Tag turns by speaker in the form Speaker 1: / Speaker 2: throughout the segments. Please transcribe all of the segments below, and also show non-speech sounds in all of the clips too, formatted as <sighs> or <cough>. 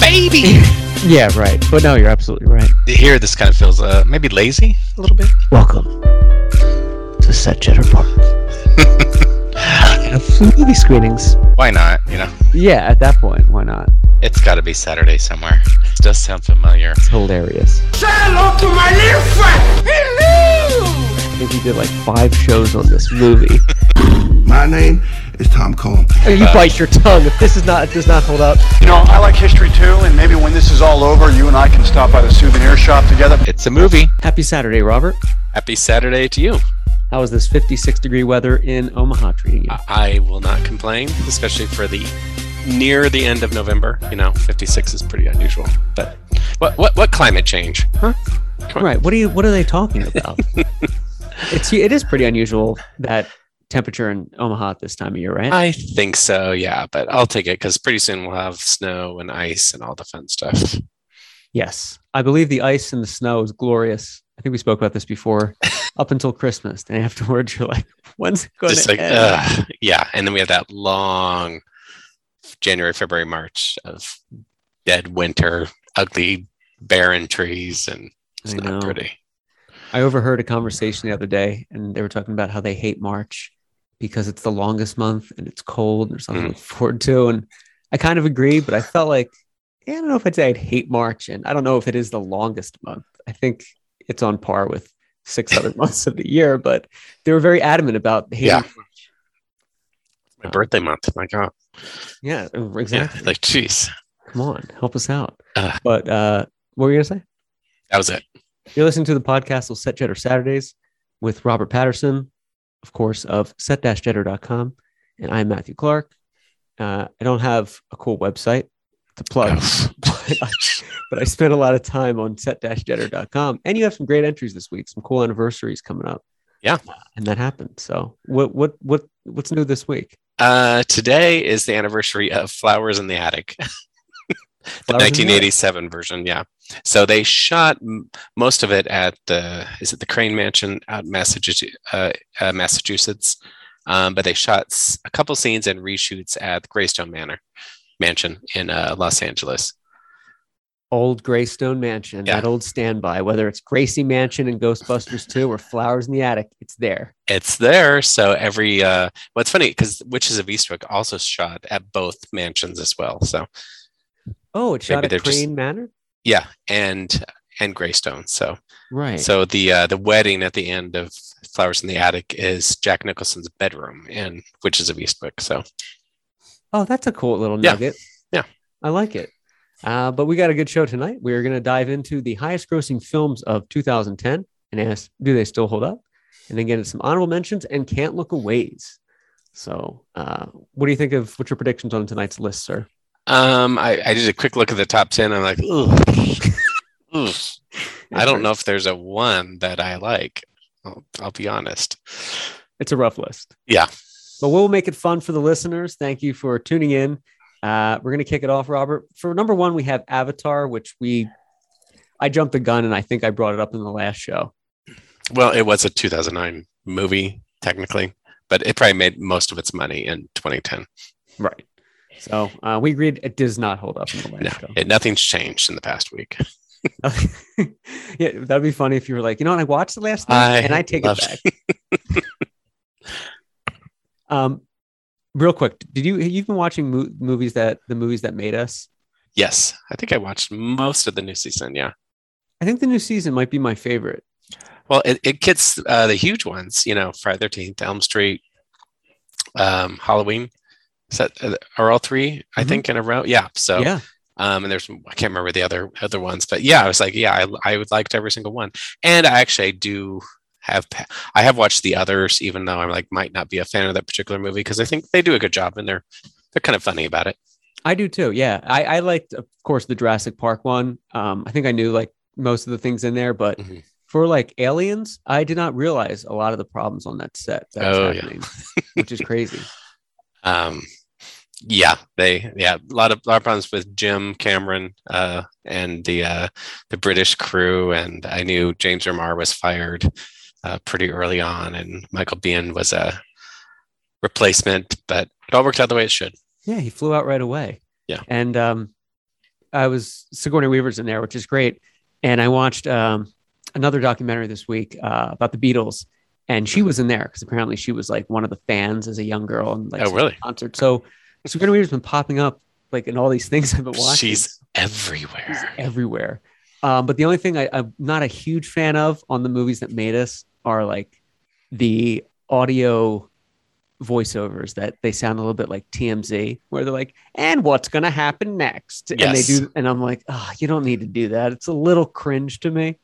Speaker 1: baby.
Speaker 2: Yeah, right. But no, you're absolutely right.
Speaker 1: <laughs> Here, this kind of feels uh, maybe lazy a little bit.
Speaker 2: Welcome to Set Cheddar Park. <laughs> Movie screenings.
Speaker 1: Why not? You know,
Speaker 2: Yeah, at that point, why not?
Speaker 1: it's got to be Saturday somewhere. It does sound familiar.
Speaker 2: It's hilarious.
Speaker 3: Say hello to my little friend. Hello.
Speaker 2: I think he did like five shows on this movie.
Speaker 4: My name is Tom Cohen.
Speaker 2: I mean, you bite your tongue if this is not does not hold up.
Speaker 5: You know, I like history too, and maybe when this is all over, you and I can stop by the souvenir shop together.
Speaker 1: It's a movie.
Speaker 2: Happy Saturday, Robert.
Speaker 1: Happy Saturday to you.
Speaker 2: How is this 56 degree weather in Omaha treating you?
Speaker 1: I I will not complain, especially for the near the end of November. You know, 56 is pretty unusual. But what what what climate change? Huh? Come on.
Speaker 2: Right. What are you? What are they talking about? it's it is pretty unusual that temperature in Omaha at this time of year, right?
Speaker 1: I think so, yeah, but I'll take it because pretty soon we'll have snow and ice and all the fun stuff.
Speaker 2: yes, I believe the ice and the snow is glorious. I think we spoke about this
Speaker 1: <laughs>
Speaker 2: before, up until Christmas, and afterwards you're like, when's it going
Speaker 1: Just
Speaker 2: to
Speaker 1: like,
Speaker 2: end?
Speaker 1: ugh, yeah. And then we have that long January, February, March of dead winter, ugly, barren trees, and it's
Speaker 2: I
Speaker 1: not
Speaker 2: know.
Speaker 1: pretty.
Speaker 2: I overheard a conversation the other day, and they were talking about how they hate March because it's the longest month and it's cold and there's something
Speaker 1: Mm.
Speaker 2: to look forward to. And I kind of agree, but I felt like yeah, I don't know if I'd say I'd hate March, and I don't know if it is the longest month. I think it's on par with six other <laughs> months of the year, but they were very adamant about hating.
Speaker 1: Yeah.
Speaker 2: March.
Speaker 1: My birthday month. My God.
Speaker 2: Yeah,
Speaker 1: Yeah.
Speaker 2: Uh, exactly.
Speaker 1: Like, jeez.
Speaker 2: Come on, help us out.
Speaker 1: Ugh.
Speaker 2: but uh, what were you gonna say?
Speaker 1: That was it.
Speaker 2: You're listening to the podcast of Set Jetter Saturdays with Robert Patterson, of course, of set-jetter.com. And I'm Matthew Clark. Uh, I don't have a cool website to plug, <laughs> but, I, but I spent a lot of time on set-jetter.com. And you have some great entries this week, some cool anniversaries coming up.
Speaker 1: Yeah.
Speaker 2: And that happened. So what what what what's new this week?
Speaker 1: Uh, today is the anniversary of Flowers in the Attic, <laughs> the
Speaker 2: Flowers in the
Speaker 1: 1987 version. Yeah. So they shot m- most of it at the is it the Crane Mansion out in Massachusetts, uh, uh, Massachusetts. Um, but they shot s- a couple scenes and reshoots at the Greystone Manor Mansion in uh, Los Angeles.
Speaker 2: Old Greystone Mansion,
Speaker 1: Yeah.
Speaker 2: that old standby, whether it's Gracie Mansion and Ghostbusters 2 or Flowers in the Attic, it's there.
Speaker 1: It's there. So every uh, what's funny because Witches of Eastwick also shot at both mansions as well. So
Speaker 2: Oh, it's shot
Speaker 1: Maybe
Speaker 2: at
Speaker 1: they're
Speaker 2: Crane
Speaker 1: just-
Speaker 2: Manor?
Speaker 1: yeah, and and Greystone. So
Speaker 2: Right.
Speaker 1: So the uh, the wedding at the end of Flowers in the Attic is Jack Nicholson's bedroom in Witches of Eastwick. So
Speaker 2: Oh, that's a cool little
Speaker 1: Yeah.
Speaker 2: nugget.
Speaker 1: Yeah.
Speaker 2: I like it. Uh, but we got a good show tonight. We're going to dive into the highest grossing films of 2010 and ask, do they still hold up? And then get into some honorable mentions and can't look aways. So, uh, what do you think of what's your predictions on tonight's list, sir?
Speaker 1: um, I, I did a quick look at the top ten. I'm like, ooh, ooh. I don't know if there's a one that I like. I'll, I'll be honest.
Speaker 2: It's a rough list.
Speaker 1: Yeah.
Speaker 2: But we'll make it fun for the listeners. Thank you for tuning in. Uh, we're going to kick it off, Robert. For number one, we have Avatar, which we, I jumped the gun and I think I brought it up in the last show.
Speaker 1: Well, it was a 2009 movie technically, but it probably made most of its money in 2010.
Speaker 2: Right. So uh, we agreed it does not hold up in the
Speaker 1: No,
Speaker 2: last
Speaker 1: it, nothing's changed in the past week.
Speaker 2: show. <laughs> yeah, that'd be funny if you were like, you know what, I watched the last night
Speaker 1: I
Speaker 2: and I take it
Speaker 1: love-
Speaker 2: back. um, real quick, did you you've been watching mo- movies that the movies that made us?
Speaker 1: <laughs> Yes, I think I watched most of the new season. Yeah.
Speaker 2: I think the new season might be my favorite.
Speaker 1: Well, it, it gets uh, the huge ones, you know, Friday Thirteenth, Elm Street, um, Halloween. Is that uh, are all 3 I
Speaker 2: Mhm.
Speaker 1: think, in a row? Yeah. So,
Speaker 2: yeah,
Speaker 1: um, and there's I can't remember the other other ones, but yeah, I was like, yeah, I I would liked every single one, and I actually do have pa- I have watched the others, even though I'm like might not be a fan of that particular movie because I think they do a good job and they're they're kind of funny about it.
Speaker 2: I do too. Yeah, I, I liked, of course, the Jurassic Park one. Um, I think I knew like most of the things in there, but
Speaker 1: Mhm.
Speaker 2: for like aliens, I did not realize a lot of the problems on that set. That was
Speaker 1: Oh, yeah.
Speaker 2: happening, which is crazy.
Speaker 1: Um, yeah, they yeah a lot of lot of problems with Jim Cameron uh, and the uh, the British crew, and I knew James Remar was fired uh, pretty early on, and Michael Biehn was a replacement, but it all worked out the way it should.
Speaker 2: Yeah, he flew out right away.
Speaker 1: Yeah.
Speaker 2: And um, I was Sigourney Weaver's in there, which is great. And I watched um, another documentary this week uh, about the Beatles, and she was in there because apparently she was like one of the fans as a young girl and like
Speaker 1: Oh, really?
Speaker 2: concert. So Sigourney Weaver's been popping up like in all these things I've been watching.
Speaker 1: She's
Speaker 2: She's
Speaker 1: everywhere.
Speaker 2: everywhere. Um, but the only thing I, I'm not a huge fan of on the movies that made us are like the audio voiceovers that they sound a little bit like TMZ, where they're like, "And what's going to happen next?" And they
Speaker 1: Yes.
Speaker 2: do, and I'm like, "Ah, you don't need to do that. It's a little cringe to me."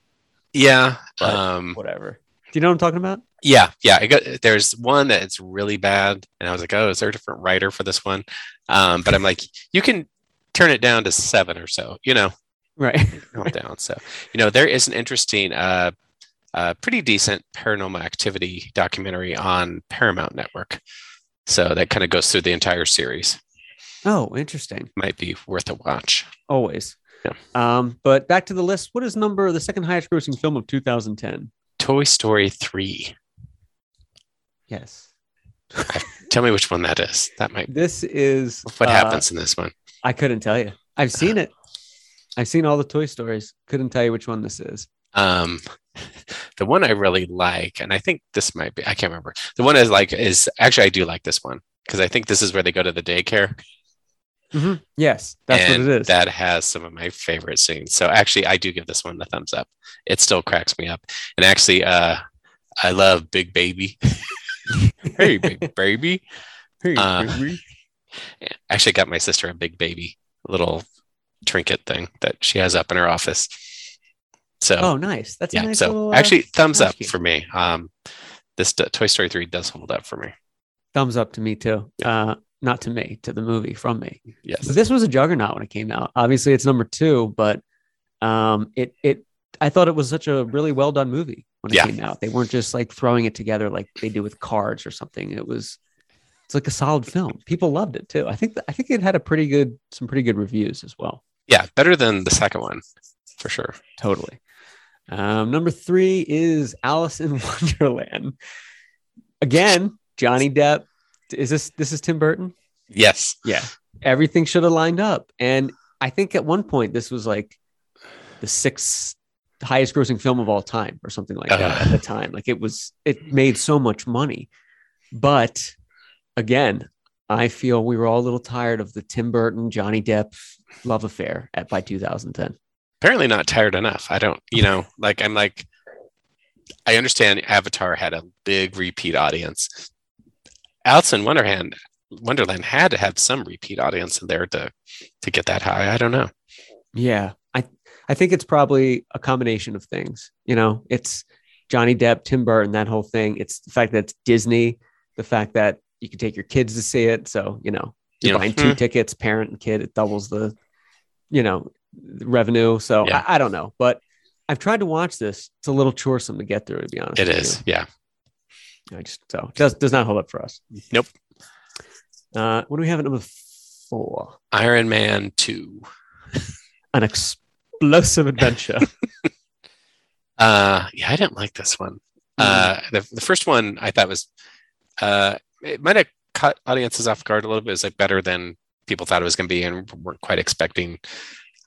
Speaker 1: Yeah.
Speaker 2: But-
Speaker 1: Um,
Speaker 2: Whatever. Do you know what I'm talking about?
Speaker 1: yeah. Yeah. I got, there's one that's really bad. And I was like, oh, is there a different writer for this one? Um, but I'm like, you can turn it down to seven or so, you know,
Speaker 2: Right. <laughs>
Speaker 1: calm down. So, you know, there is an interesting, uh, uh, pretty decent paranormal activity documentary on Paramount Network. So that kind of goes through the entire series.
Speaker 2: oh, interesting.
Speaker 1: Might be worth a watch.
Speaker 2: Always.
Speaker 1: Yeah.
Speaker 2: Um, but back to the list. What is number the second highest grossing film of 2010?
Speaker 1: Toy Story 3.
Speaker 2: Yes.
Speaker 1: Tell me which one that is. That might
Speaker 2: This is
Speaker 1: what
Speaker 2: uh,
Speaker 1: happens in this one.
Speaker 2: I couldn't tell you. I've seen it. I've seen all the Toy Stories. Couldn't tell you which one this is.
Speaker 1: Um, <laughs> the one I really like, and I think this might be, I can't remember. The one I like is actually, I do like this one because I think this is where they go to the daycare.
Speaker 2: Yes, that's
Speaker 1: and
Speaker 2: what it is.
Speaker 1: That has some of my favorite scenes. So actually, I do give this one a thumbs up. It still cracks me up. And actually, uh, I love Big Baby. <laughs>
Speaker 2: <laughs>
Speaker 1: hey, Big Baby.
Speaker 2: Hey,
Speaker 1: uh,
Speaker 2: baby.
Speaker 1: Actually, I got my sister a Big Baby little trinket thing that she has up in her office. So,
Speaker 2: oh, nice. That's
Speaker 1: yeah.
Speaker 2: a nice
Speaker 1: so
Speaker 2: little, uh,
Speaker 1: actually, thumbs up
Speaker 2: tchotchke.
Speaker 1: for me. Um, this uh, Toy Story three does hold up for me.
Speaker 2: thumbs up to me too. Uh, not to me, to the movie from me.
Speaker 1: Yes.
Speaker 2: But this was a juggernaut when it came out. Obviously, it's number two, but um, it it I thought it was such a really well done movie when it
Speaker 1: Yeah.
Speaker 2: came out. They weren't just like throwing it together like they do with Cards or something. It was it's like a solid film. People loved it too. I think I think it had a pretty good some pretty good reviews as well.
Speaker 1: Yeah, better than the second one, for sure.
Speaker 2: Totally. Um, number three is Alice in <laughs> Wonderland. Again, Johnny Depp. Is this this is Tim Burton?
Speaker 1: Yes.
Speaker 2: Yeah. Everything should have lined up. And I think at one point this was like the sixth highest grossing film of all time or something like that
Speaker 1: Ugh.
Speaker 2: at the time. Like it was it made so much money. But again, I feel we were all a little tired of the Tim Burton, Johnny Depp love affair at by 2010.
Speaker 1: Apparently not tired enough. I don't. You know, like I'm like. I understand Avatar had a big repeat audience. Alice in Wonderland, Wonderland had to have some repeat audience in there to to get that high. I don't know.
Speaker 2: Yeah. I I think it's probably a combination of things. You know, it's Johnny Depp, Tim Burton, that whole thing. It's the fact that it's Disney, the fact that you can take your kids to see it. So, you know, you're
Speaker 1: Yeah.
Speaker 2: buying two
Speaker 1: Hmm.
Speaker 2: tickets, parent and kid, it doubles the, you know, the revenue. So
Speaker 1: Yeah.
Speaker 2: I, I don't know. But I've tried to watch this. It's a little choresome to get through, to be honest.
Speaker 1: It
Speaker 2: with
Speaker 1: is. Yeah.
Speaker 2: You. I just so it does does not hold up for us.
Speaker 1: Nope.
Speaker 2: Uh what do we have at number four?
Speaker 1: Iron Man two.
Speaker 2: An explosive adventure.
Speaker 1: Uh, yeah, I didn't like this one.
Speaker 2: Hmm.
Speaker 1: Uh, the, the first one I thought was, uh, it might have caught audiences off guard a little bit. It was like better than people thought it was going to be and weren't quite expecting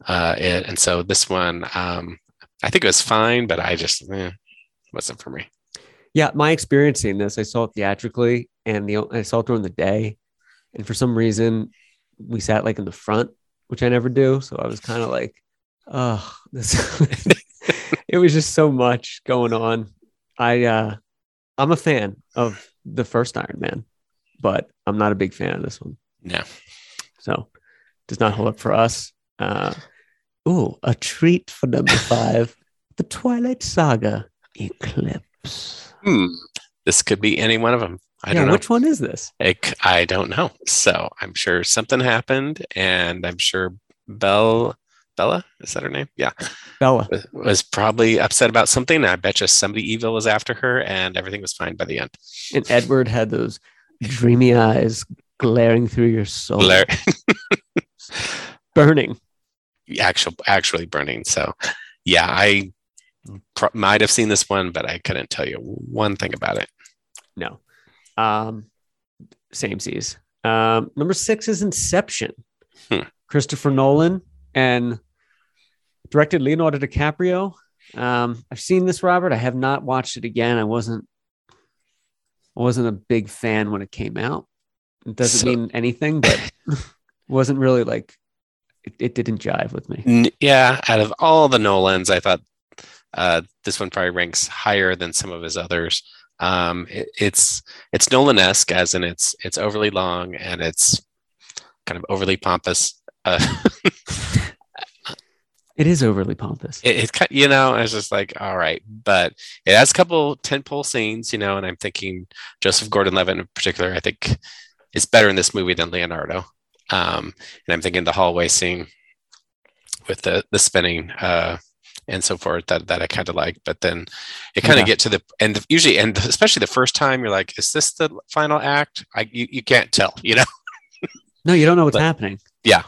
Speaker 1: uh, it. And so this one, um, I think it was fine, but I just eh, wasn't for me.
Speaker 2: Yeah, my experience seeing this, I saw it theatrically and the I saw it during the day. And for some reason, we sat like in the front, which I never do. So I was kind of like, oh, this <laughs> it was just so much going on. I uh I'm a fan of the first Iron Man, but I'm not a big fan of this one.
Speaker 1: No.
Speaker 2: So does not hold up for us. Uh ooh, a treat for number five, the Twilight Saga Eclipse.
Speaker 1: Hmm. This could be any one of them. I
Speaker 2: yeah,
Speaker 1: don't know.
Speaker 2: which one is this?
Speaker 1: I c- I don't know. So I'm sure something happened, and I'm sure Belle, Bella, is that her name? Yeah.
Speaker 2: Bella.
Speaker 1: was- was probably upset about something. and I bet you somebody evil was after her, and everything was fine by the end.
Speaker 2: And Edward had those dreamy eyes glaring through your soul,
Speaker 1: Blair,
Speaker 2: burning.
Speaker 1: actual, actually burning. So, yeah, I pro- might have seen this one, but I couldn't tell you one thing about it.
Speaker 2: No. Um, same seas. Um, number six is Inception.
Speaker 1: Hmm.
Speaker 2: Christopher Nolan, and directed Leonardo DiCaprio. Um, I've seen this, Robert. I have not watched it again. I wasn't I wasn't a big fan when it came out. It doesn't
Speaker 1: So-
Speaker 2: mean anything, but
Speaker 1: <laughs>
Speaker 2: wasn't really like it, it didn't jive with me.
Speaker 1: N- yeah, out of all the Nolans, I thought uh, this one probably ranks higher than some of his others. Um, it, it's it's Nolan-esque, as in it's it's overly long and it's kind of overly pompous. Uh,
Speaker 2: It is overly pompous.
Speaker 1: it, it kind- you know, I was just like, all right, but it has a couple tentpole scenes, you know, and I'm thinking Joseph Gordon-Levitt in particular, I think is better in this movie than Leonardo. Um, and I'm thinking the hallway scene with the the spinning uh, and so forth that that I kind of like, but then it kind of
Speaker 2: Yeah.
Speaker 1: get to the and usually and especially the first time you're like, is this the final act? I you, you can't tell, you know.
Speaker 2: no, you don't know what's
Speaker 1: but-
Speaker 2: happening.
Speaker 1: Um,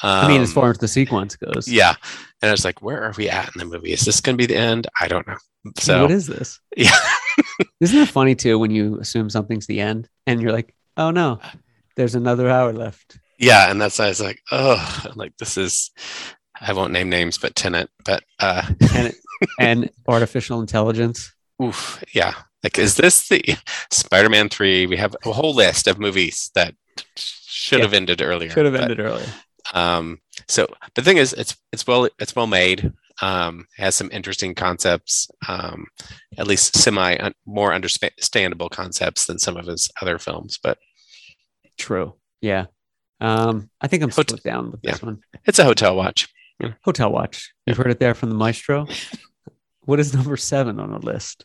Speaker 2: <laughs> I mean, as far as the sequence goes.
Speaker 1: yeah, and I was like, where are we at in the movie? Is this going to be the end? I don't know. So
Speaker 2: what is this?
Speaker 1: yeah. <laughs>
Speaker 2: Isn't it funny too when you assume something's the end and you're like, oh no, there's another hour left.
Speaker 1: yeah and that's why i was like oh like this is i won't name names but tenant but uh
Speaker 2: And
Speaker 1: <laughs>
Speaker 2: and artificial intelligence.
Speaker 1: oof, yeah like is this the spider-man 3 we have a whole list of movies that should
Speaker 2: Yeah.
Speaker 1: have ended earlier
Speaker 2: Should have
Speaker 1: but,
Speaker 2: ended earlier.
Speaker 1: um so the thing is it's it's well it's well made um it has some interesting concepts um at least semi un- more understandable concepts than some of his other films but
Speaker 2: True. Yeah. Um, I think I'm
Speaker 1: Hot-
Speaker 2: split down with this one.
Speaker 1: it's a hotel watch
Speaker 2: Hotel Watch. You've heard it there from the maestro.
Speaker 1: <laughs>
Speaker 2: what is number seven on the list?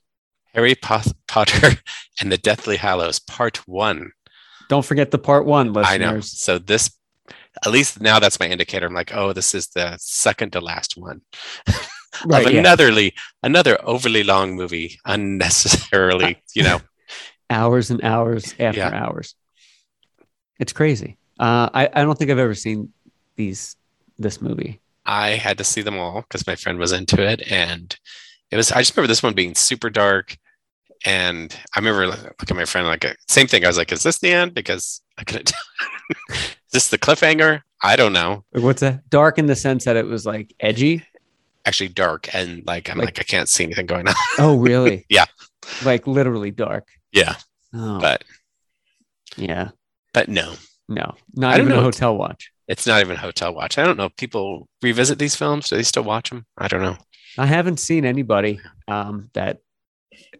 Speaker 1: harry Poth- potter <laughs> and the deathly hallows part one
Speaker 2: Don't forget the part one,
Speaker 1: I know.
Speaker 2: listeners.
Speaker 1: So this, at least now, that's my indicator. I'm like, oh, this is the second to last one
Speaker 2: Right.
Speaker 1: of
Speaker 2: yeah.
Speaker 1: anotherly, another overly long movie, unnecessarily.
Speaker 2: <laughs>
Speaker 1: You know,
Speaker 2: Hours and hours after
Speaker 1: Yeah.
Speaker 2: hours. It's crazy. Uh, I, I don't think I've ever seen these this movie.
Speaker 1: I had to see them all because my friend was into it, and it was. I just remember this one being super dark, and I remember like, looking at my friend like same thing. I was like, is this the end? Because I couldn't. tell. <laughs> is this the cliffhanger? I don't know.
Speaker 2: Like, What's that? Dark in the sense that it was like edgy.
Speaker 1: Actually, dark and like I'm
Speaker 2: Like-
Speaker 1: like I can't see anything going on. <laughs>
Speaker 2: Oh, really?
Speaker 1: Yeah.
Speaker 2: Like literally dark.
Speaker 1: Yeah,
Speaker 2: Oh,
Speaker 1: but
Speaker 2: yeah.
Speaker 1: but no.
Speaker 2: No,
Speaker 1: I
Speaker 2: not
Speaker 1: don't
Speaker 2: even a
Speaker 1: know.
Speaker 2: hotel watch.
Speaker 1: it's not even hotel watch. I don't know. if People revisit these films. Do they still watch them? I don't know.
Speaker 2: I haven't seen anybody um, that,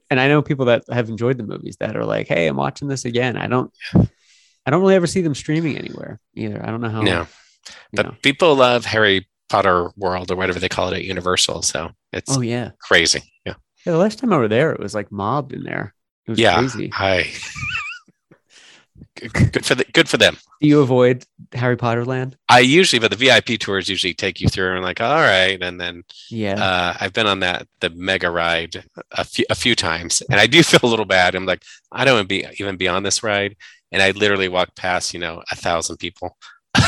Speaker 2: and I know people that have enjoyed the movies that are like, "Hey, I'm watching this again." I don't, I don't really ever see them streaming anywhere either. I don't know how.
Speaker 1: no,
Speaker 2: you
Speaker 1: but
Speaker 2: know.
Speaker 1: people love Harry Potter World or whatever they call it at Universal. So it's
Speaker 2: Oh yeah.
Speaker 1: crazy. Yeah,
Speaker 2: yeah, the last time I were there, it was like mobbed in there. It was
Speaker 1: Yeah.
Speaker 2: crazy.
Speaker 1: I. good good for the, good for them.
Speaker 2: Do you avoid Harry Potter Land?
Speaker 1: I usually, but the VIP tours usually take you through and like, all right, and then
Speaker 2: Yeah,
Speaker 1: uh, I've been on that the mega ride a few a few times, and I do <laughs> feel a little bad. I'm like, I don't wanna be even be on this ride, and I literally walked past you know a thousand people <laughs>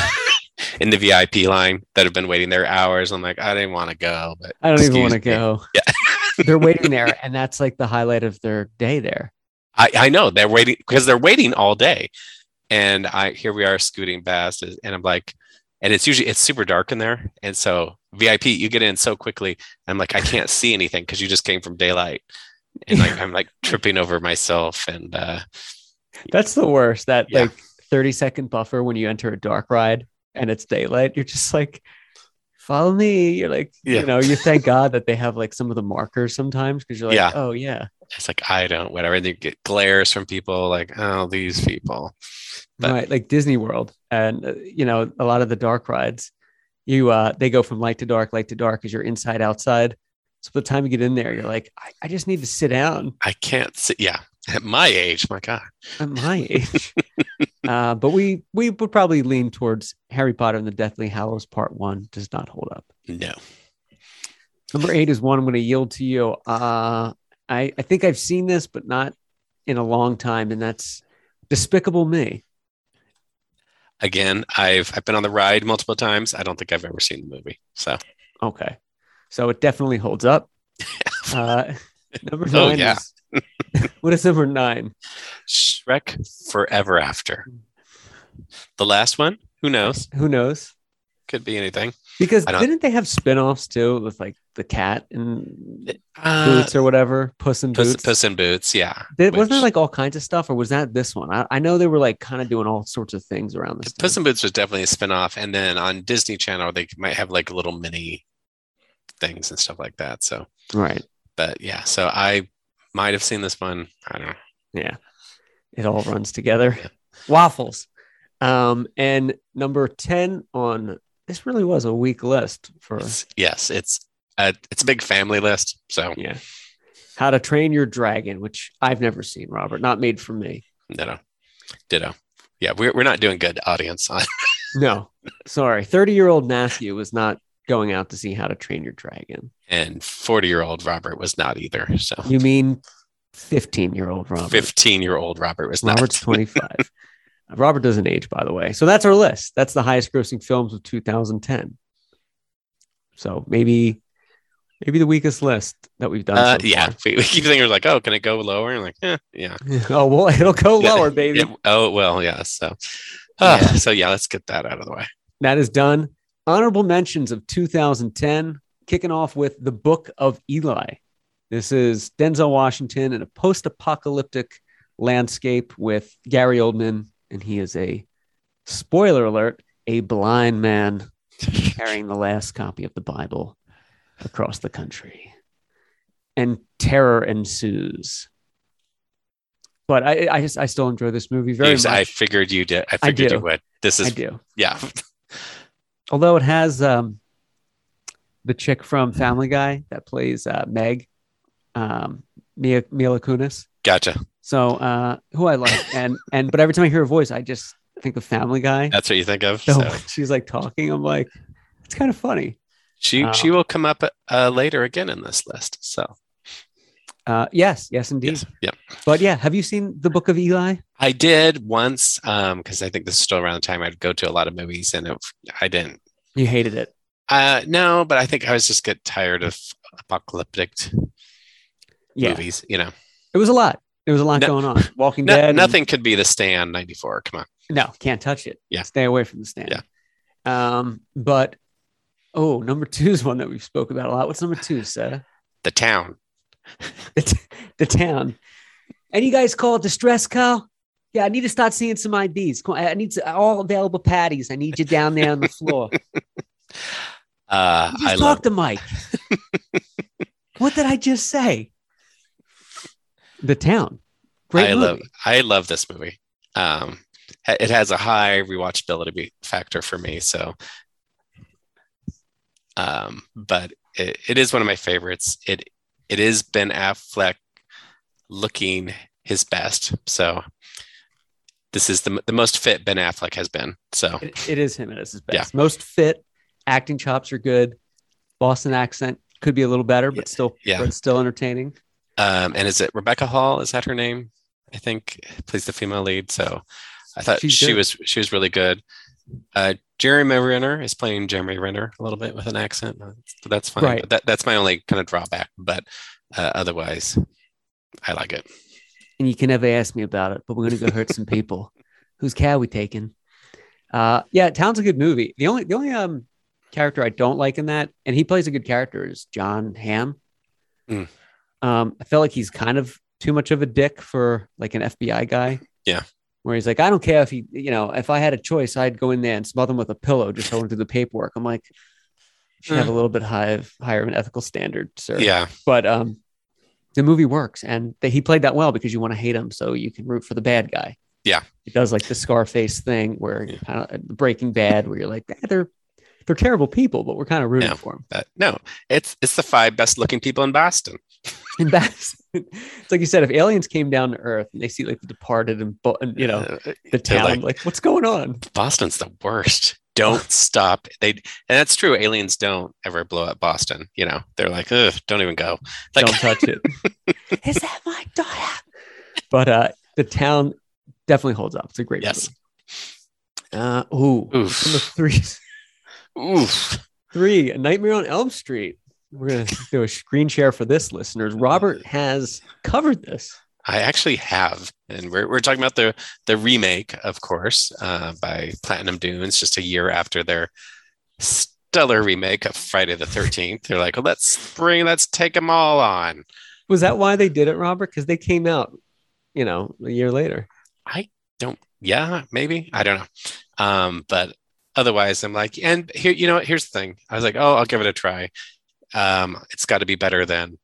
Speaker 1: in the VIP line that have been waiting there hours. I'm like, I didn't want to go, but
Speaker 2: I don't even
Speaker 1: excuse
Speaker 2: want to
Speaker 1: me.
Speaker 2: go. <laughs> They're waiting there, and that's like the highlight of their day there.
Speaker 1: I, I know they're waiting because they're waiting all day, and I here we are scooting past, and I'm like, and it's usually it's super dark in there, and so VIP you get in so quickly. I'm like, I can't see anything because you just came from daylight, and like I'm like tripping over myself, and uh,
Speaker 2: That's the worst. That
Speaker 1: Yeah.
Speaker 2: like 30 second buffer when you enter a dark ride and it's daylight. You're just like, follow me. You're like,
Speaker 1: Yeah.
Speaker 2: you know, you thank God that they have like some of the markers sometimes because you're like,
Speaker 1: Yeah.
Speaker 2: oh yeah,
Speaker 1: it's like I don't whatever. And you get glares from people like, oh these people, But-
Speaker 2: right. Like Disney World and uh, you know a lot of the dark rides, you uh they go from light to dark, light to dark as you're inside outside. So by the time you get in there, you're like, I, I just need to sit down
Speaker 1: I can't see. Yeah, at my age, my God,
Speaker 2: at my age. uh, but we we would probably lean towards Harry Potter and the Deathly Hallows Part One does not hold up.
Speaker 1: no.
Speaker 2: Number eight is one I'm going to yield to you. Uh, I, I think I've seen this, but not in a long time, and that's Despicable Me.
Speaker 1: Again, I've I've been on the ride multiple times. I don't think I've ever seen the movie. So
Speaker 2: Okay. So it definitely holds
Speaker 1: <laughs>
Speaker 2: up. Uh, number
Speaker 1: Oh,
Speaker 2: nine.
Speaker 1: yeah.
Speaker 2: is- <laughs> what is number nine?
Speaker 1: Shrek Forever After. The last one, who knows?
Speaker 2: Who knows?
Speaker 1: Could be anything.
Speaker 2: Because
Speaker 1: I don't-
Speaker 2: didn't they have spin-offs too with like the cat and
Speaker 1: Uh,
Speaker 2: boots or whatever, Puss in
Speaker 1: Puss,
Speaker 2: Boots?
Speaker 1: Puss in Boots, yeah.
Speaker 2: Did- wasn't
Speaker 1: which-
Speaker 2: there like all kinds of stuff, or was that this one? I, I know they were like kind of doing all sorts of things around this.
Speaker 1: Puss
Speaker 2: time.
Speaker 1: in Boots was definitely a spin-off and then on Disney Channel they might have like little mini things and stuff like that. So,
Speaker 2: right?
Speaker 1: but yeah, so I might have seen this one. I don't know.
Speaker 2: Yeah, it all runs together. Waffles. Um, and number ten on this really was a weak list for
Speaker 1: It's- yes, it's a, it's a big family list. So,
Speaker 2: yeah. How to Train Your Dragon, which I've never seen, Robert. Not made for me.
Speaker 1: no, no. Ditto. Yeah, we're, we're not doing good audience on <laughs>
Speaker 2: No, sorry. Thirty-year-old Matthew was not going out to see How to Train Your Dragon.
Speaker 1: and 40 year old Robert was not either. So
Speaker 2: You mean fifteen-year-old Robert?
Speaker 1: 15 year old Robert was not.
Speaker 2: Robert's 25. <laughs> Robert doesn't age, by the way. So that's our list. That's the highest grossing films of 2010. So maybe, maybe the weakest list that we've done.
Speaker 1: Uh,
Speaker 2: so
Speaker 1: yeah, we, we keep thinking we're like, oh, can it go lower? And like, eh, yeah,
Speaker 2: far. <laughs> oh well, it'll go
Speaker 1: Yeah,
Speaker 2: lower, baby.
Speaker 1: yeah. Oh well, yeah. So, uh,
Speaker 2: Yeah.
Speaker 1: so yeah, let's get that out of the way.
Speaker 2: That is done. Honorable mentions of 2010, kicking off with The Book of Eli. This is Denzel Washington in a post apocalyptic landscape with Gary Oldman, and he is a spoiler alert a blind man carrying the last copy of the Bible across the country. And terror ensues. But I, I just I still enjoy this movie <laughs> very
Speaker 1: You- I
Speaker 2: much.
Speaker 1: figured you did. I figured
Speaker 2: do.
Speaker 1: you would. This
Speaker 2: I
Speaker 1: is
Speaker 2: do.
Speaker 1: yeah.
Speaker 2: although it has um, the chick from Family Guy that plays uh, Meg, um, Mia Mila Kunis.
Speaker 1: Gotcha.
Speaker 2: So uh, who I like,
Speaker 1: <laughs>
Speaker 2: and and but every time I hear her voice, I just think of Family Guy.
Speaker 1: That's what you think of.
Speaker 2: So
Speaker 1: So,
Speaker 2: when she's like talking. I'm like, it's kind of funny.
Speaker 1: she
Speaker 2: Oh.
Speaker 1: she will come up uh, later again in this list. So
Speaker 2: Uh, yes, yes, indeed.
Speaker 1: yes, yeah.
Speaker 2: But yeah, have you seen the Book of Eli?
Speaker 1: I did once because I think this is still around the time I'd go to a lot of movies, and it, I didn't.
Speaker 2: You hated it.
Speaker 1: Uh, no, but I think I was just get tired of apocalyptic
Speaker 2: Yeah,
Speaker 1: movies. You know,
Speaker 2: it was a lot. There was a lot
Speaker 1: No-
Speaker 2: going
Speaker 1: <laughs>
Speaker 2: on. Walking
Speaker 1: No-
Speaker 2: Dead. and-
Speaker 1: nothing could be the stand ninety four. Come on.
Speaker 2: No, can't touch it.
Speaker 1: Yeah.
Speaker 2: Stay away from the stand. Yeah. Um, but oh, number two is one that we've spoke about a lot. What's number two, Seth?
Speaker 1: <laughs> The town.
Speaker 2: It's the town. And you guys call it distress call? Yeah, I need to start seeing some IDs. Come on, I I need to, all available patties. I need you down there on the
Speaker 1: <laughs>
Speaker 2: floor.
Speaker 1: Uh,
Speaker 2: You just
Speaker 1: I
Speaker 2: talk
Speaker 1: love
Speaker 2: to
Speaker 1: <laughs>
Speaker 2: Mike. what did I just say? The town. Great
Speaker 1: I
Speaker 2: movie.
Speaker 1: love I love this movie. Um, ha- it has a high rewatchability be- factor for me. So, um, but it, it is one of my favorites. It it is Ben Affleck looking his best. So this is the m- the most fit Ben Affleck has been. So
Speaker 2: It, it is him at his best. Most fit. Acting chops are good. Boston accent could be a little better, but still,
Speaker 1: Yeah.
Speaker 2: but still entertaining.
Speaker 1: um, and is it Rebecca Hall? Is that her name? I think plays the female lead. So I thought
Speaker 2: She's
Speaker 1: she
Speaker 2: good.
Speaker 1: was she was really good. Uh, Jeremy Renner is playing Jeremy Renner a little bit with an accent. So that's fine.
Speaker 2: Right.
Speaker 1: But That, that's my only kind of drawback. But uh, otherwise, I like it.
Speaker 2: And you can never ask me about it, but we're gonna go hurt some people. Whose cow we taking? Uh, yeah, Town's a good movie. The only the only um character I don't like in that, and he plays a good character, is John Hamm.
Speaker 1: Mm.
Speaker 2: Um, I feel like he's kind of too much of a dick for like an FBI guy.
Speaker 1: Yeah.
Speaker 2: Where he's like, I don't care if he, you know, if I had a choice, I'd go in there and smother him with a pillow, just holding through the paperwork. I'm like, you should have a little bit high of, higher of an ethical standard, sir
Speaker 1: Yeah,
Speaker 2: but um the movie works and that he played that well because you want to hate him so you can root for the bad guy
Speaker 1: Yeah.
Speaker 2: he does like the scarface thing where you're kind of breaking bad where you're like "Ah, they're they're terrible people but we're kind of rooting
Speaker 1: Yeah.
Speaker 2: for him
Speaker 1: but no, it's it's the five best looking people in Boston.
Speaker 2: and that's <laughs> it's like you said if aliens came down to earth and they see like the departed and, Bo- and you know
Speaker 1: Uh,
Speaker 2: the
Speaker 1: they're
Speaker 2: town like,
Speaker 1: like-
Speaker 2: what's going on
Speaker 1: Boston's the worst.
Speaker 2: <laughs>
Speaker 1: Don't stop. They and that's true. Aliens don't ever blow up Boston. You know, they're like, Ugh, don't even go. <laughs> Like,
Speaker 2: don't touch
Speaker 1: <laughs>
Speaker 2: it is that my daughter but uh the town definitely holds up it's a great
Speaker 1: Yes.
Speaker 2: movie. uh ooh
Speaker 1: Oof.
Speaker 2: number three
Speaker 1: oof.
Speaker 2: Three, A Nightmare on Elm Street. We're going to do a screen share for this, listeners. Robert has covered this.
Speaker 1: I actually have, and we're, we're talking about the the remake, of course, uh, by Platinum Dunes, just a year after their stellar remake of Friday the 13th. They're like, let's bring, let's take them all on.
Speaker 2: Was that why they did it, Robert? Because they came out, you know, a year later.
Speaker 1: yeah maybe i don't know um but otherwise i'm like and here you know what, here's the thing i was like oh i'll give it a try um it's got to be better than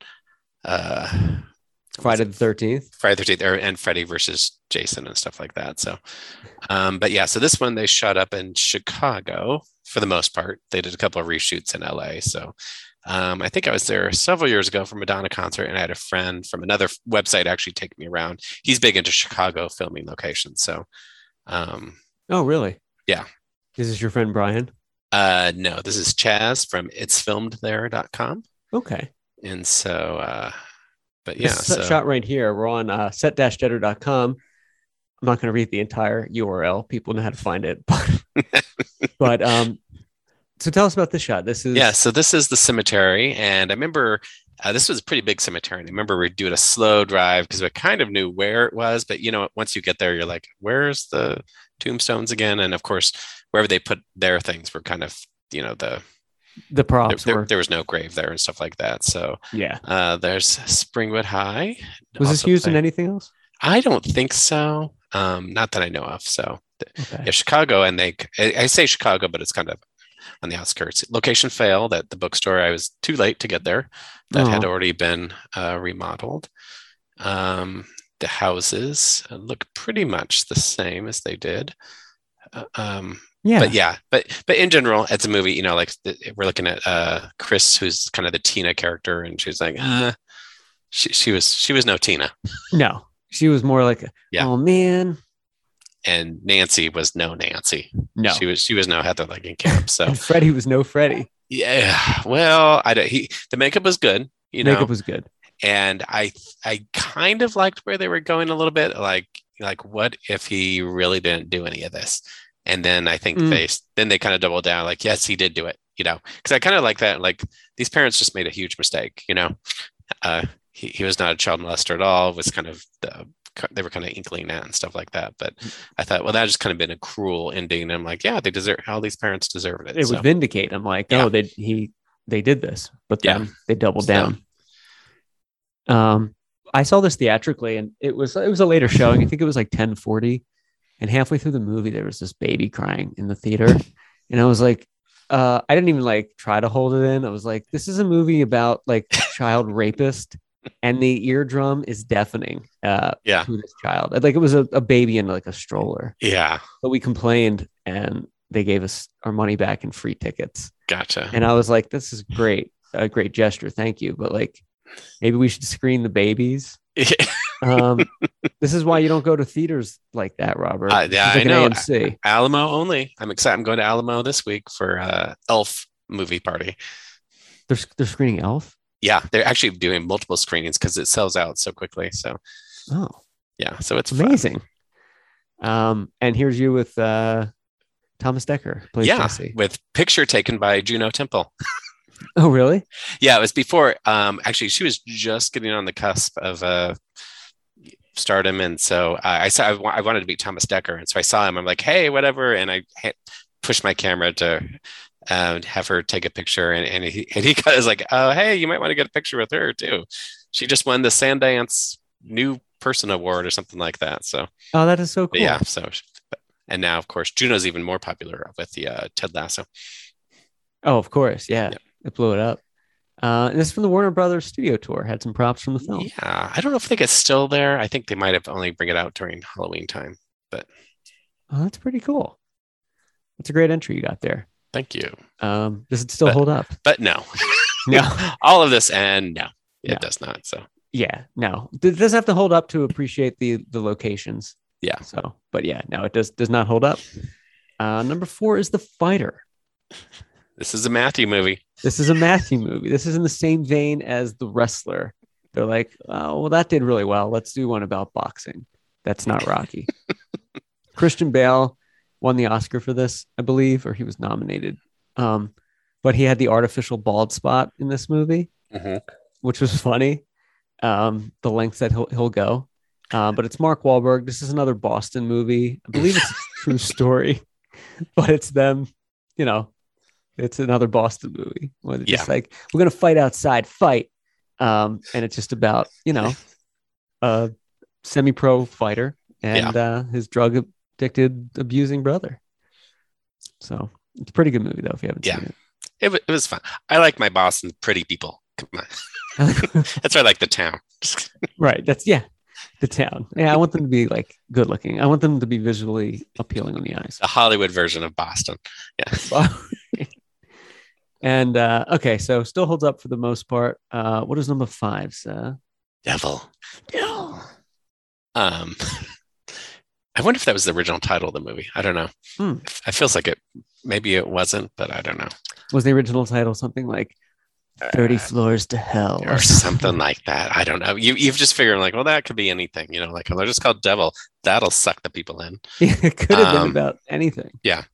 Speaker 1: uh
Speaker 2: Friday the thirteenth.
Speaker 1: friday the 13th or, and freddy versus jason and stuff like that so um but yeah so this one they shot up in chicago for the most part they did a couple of reshoots in la so um, I think I was there several years ago for a Madonna concert, and I had a friend from another f- website actually take me around. He's big into Chicago filming locations, so um,
Speaker 2: Oh, really?
Speaker 1: Yeah.
Speaker 2: This is your friend Brian.
Speaker 1: Uh, no, this is Chaz from it'sfilmedthere.com.
Speaker 2: Okay.
Speaker 1: And so, uh, but yeah,
Speaker 2: This s-
Speaker 1: so,
Speaker 2: shot right here. We're on uh, set-jetter.com. I'm not going to read the entire URL. People know how to find it. <laughs> But, but um, so tell us about this shot. This is
Speaker 1: yeah, so this is the cemetery. And I remember uh, this was a pretty big cemetery. And I remember we are doing a slow drive because we kind of knew where it was. But you know, once you get there, you're like, where's the tombstones again? And of course, wherever they put their things were kind of, you know, the
Speaker 2: the
Speaker 1: there,
Speaker 2: props.
Speaker 1: there-
Speaker 2: were,
Speaker 1: there was no grave there and stuff like that. So
Speaker 2: yeah.
Speaker 1: uh, there's Springwood High.
Speaker 2: Was this
Speaker 1: also
Speaker 2: used in
Speaker 1: playing-
Speaker 2: anything else?
Speaker 1: I don't think so. Um, not that I know of. So
Speaker 2: Okay.
Speaker 1: yeah, Chicago, and they I I say Chicago, but it's kind of on the outskirts. Location fail that the bookstore. I was too late to get there. That had
Speaker 2: Aw.
Speaker 1: already been uh, remodeled. Um, the houses uh, look pretty much the same as they did. Uh, um,
Speaker 2: Yeah.
Speaker 1: But yeah, but but in general, it's a movie. You know, like th- we're looking at uh, Chris, who's kind of the Tina character, and she's like, uh, she she was she was no Tina,
Speaker 2: No, she was more like,
Speaker 1: Yeah.
Speaker 2: oh man,
Speaker 1: and Nancy was no Nancy.
Speaker 2: no.
Speaker 1: She was uh, she was no Heather
Speaker 2: <laughs>
Speaker 1: Langenkamp. So
Speaker 2: And Freddie was no Freddie.
Speaker 1: Yeah. Well, I don't, he the makeup was good, you know,
Speaker 2: Makeup was good.
Speaker 1: and I I kind of liked where they were going a little bit. Like like what if he really didn't do any of this? And then I think
Speaker 2: Mm.
Speaker 1: they then they kind of doubled down. Like yes, he did do it, you know, because I kind of like that. Like these parents just made a huge mistake, you know. Uh, he he was not a child molester at all. Was kind of the they were kind of inkling that and stuff like that. But
Speaker 2: Mm.
Speaker 1: I thought, well, that just kind of been a cruel ending. And I'm like, yeah, they deserve all these parents deserved it.
Speaker 2: It
Speaker 1: So-
Speaker 2: would vindicate. I'm like,
Speaker 1: Yeah.
Speaker 2: oh, they he they did this, but
Speaker 1: Yeah.
Speaker 2: then they doubled
Speaker 1: So-
Speaker 2: down. Um, I saw this theatrically, and it was it was a later showing. I think it was like 10:40, and halfway through the movie, there was this baby crying in the theater, and I was like, uh, I didn't even like try to hold it in. I was like, this is a movie about like child rapist, and the eardrum is deafening. Uh,
Speaker 1: Yeah.
Speaker 2: to this child, like it was a, a baby in like a stroller,
Speaker 1: yeah,
Speaker 2: but we complained, and they gave us our money back and free tickets.
Speaker 1: gotcha.
Speaker 2: And I was like, this is great, a great gesture. Thank you. But like, maybe we should screen the babies.
Speaker 1: <laughs>
Speaker 2: Um, this is why you don't go to theaters like that, Robert.
Speaker 1: Uh, yeah,
Speaker 2: It's
Speaker 1: I
Speaker 2: like an
Speaker 1: know.
Speaker 2: AMC.
Speaker 1: <laughs> Alamo only. I'm excited. I'm going to Alamo this week for uh, Elf movie party.
Speaker 2: They're, they're screening Elf.
Speaker 1: Yeah, they're actually doing multiple screenings because it sells out so quickly. So
Speaker 2: Oh,
Speaker 1: yeah, so it's
Speaker 2: it's
Speaker 1: fun.
Speaker 2: amazing. Um, and here's you with uh, Thomas Decker. Plays
Speaker 1: Yeah,
Speaker 2: Jesse.
Speaker 1: with picture taken by Juno Temple.
Speaker 2: Oh, really?
Speaker 1: Yeah, it was before. Um, actually, she was just getting on the cusp of uh, stardom, and so I I saw I, wa- I wanted to meet Thomas Decker, and so I saw him. I'm like, hey, whatever, and I ha- pushed my camera to. Um, have her take a picture, and, and he and he <laughs> kind of was like, "Oh, hey, you might want to get a picture with her too." She just won the Sundance New Person Award or something like that. So,
Speaker 2: Oh, that is so
Speaker 1: but
Speaker 2: cool.
Speaker 1: yeah. So, but- and now of course Juno's even more popular with the uh, Ted Lasso.
Speaker 2: Oh, of course. Yeah.
Speaker 1: Yeah.
Speaker 2: It blew it up. Uh, and this is from the Warner Brothers studio tour. Had some props from the film.
Speaker 1: Yeah, I don't know if I think it's still there. I think they might have only bring it out during Halloween time.
Speaker 2: Oh, that's pretty cool. That's a great entry you got there.
Speaker 1: Thank you.
Speaker 2: Um, does it still
Speaker 1: But-
Speaker 2: hold up?
Speaker 1: But no,
Speaker 2: <laughs>
Speaker 1: <laughs>
Speaker 2: No.
Speaker 1: all of this and no, it
Speaker 2: No.
Speaker 1: does not. So
Speaker 2: yeah, no. It does have to hold up to appreciate the the locations.
Speaker 1: Yeah.
Speaker 2: So, but yeah, no, it does does not hold up. Uh, number four is the fighter.
Speaker 1: this is a Matthew movie.
Speaker 2: This is a Matthew movie. This is in the same vein as the wrestler. They're like, oh well, that did really well. Let's do one about boxing. That's not Rocky. Christian Bale won the Oscar for this, I believe, or he was nominated. Um, but he had the artificial bald spot in this movie. which was funny. Um, the lengths that he'll he'll go. Um, but it's Mark Wahlberg. This is another
Speaker 1: <laughs>
Speaker 2: Boston movie. I believe it's a true story, but it's them, you know, It's another Boston movie. Where they're just
Speaker 1: Yeah.
Speaker 2: like, we're gonna fight outside, fight. Um, and it's just about, you
Speaker 1: <laughs>
Speaker 2: know, a semi pro fighter and uh, his drug addicted abusing brother. So it's a pretty good movie though, if you haven't
Speaker 1: Yeah.
Speaker 2: seen it.
Speaker 1: It, wa- it was fun. I like my Boston pretty people. Come on.
Speaker 2: <laughs>
Speaker 1: That's why I like the town.
Speaker 2: Right. That's yeah. The town. Yeah, I want them to be like good looking. I want them to be visually appealing on the eyes.
Speaker 1: The Hollywood version of Boston. Yeah.
Speaker 2: and uh, okay, so still holds up for the most part. Uh, what is number five? Uh,
Speaker 1: Devil. Devil. Um, <laughs> I wonder if that was the original title of the movie. I don't know.
Speaker 2: Hmm.
Speaker 1: It feels like it. Maybe it wasn't, but I don't know.
Speaker 2: was the original title something like
Speaker 1: Uh,
Speaker 2: 30 Floors to Hell
Speaker 1: or something like that. I don't know. You you've just figured like, well, that could be anything. You know, like oh, they're just called devil. That'll suck the people in.
Speaker 2: Yeah, <laughs> it could have been
Speaker 1: Um,
Speaker 2: about anything.
Speaker 1: yeah.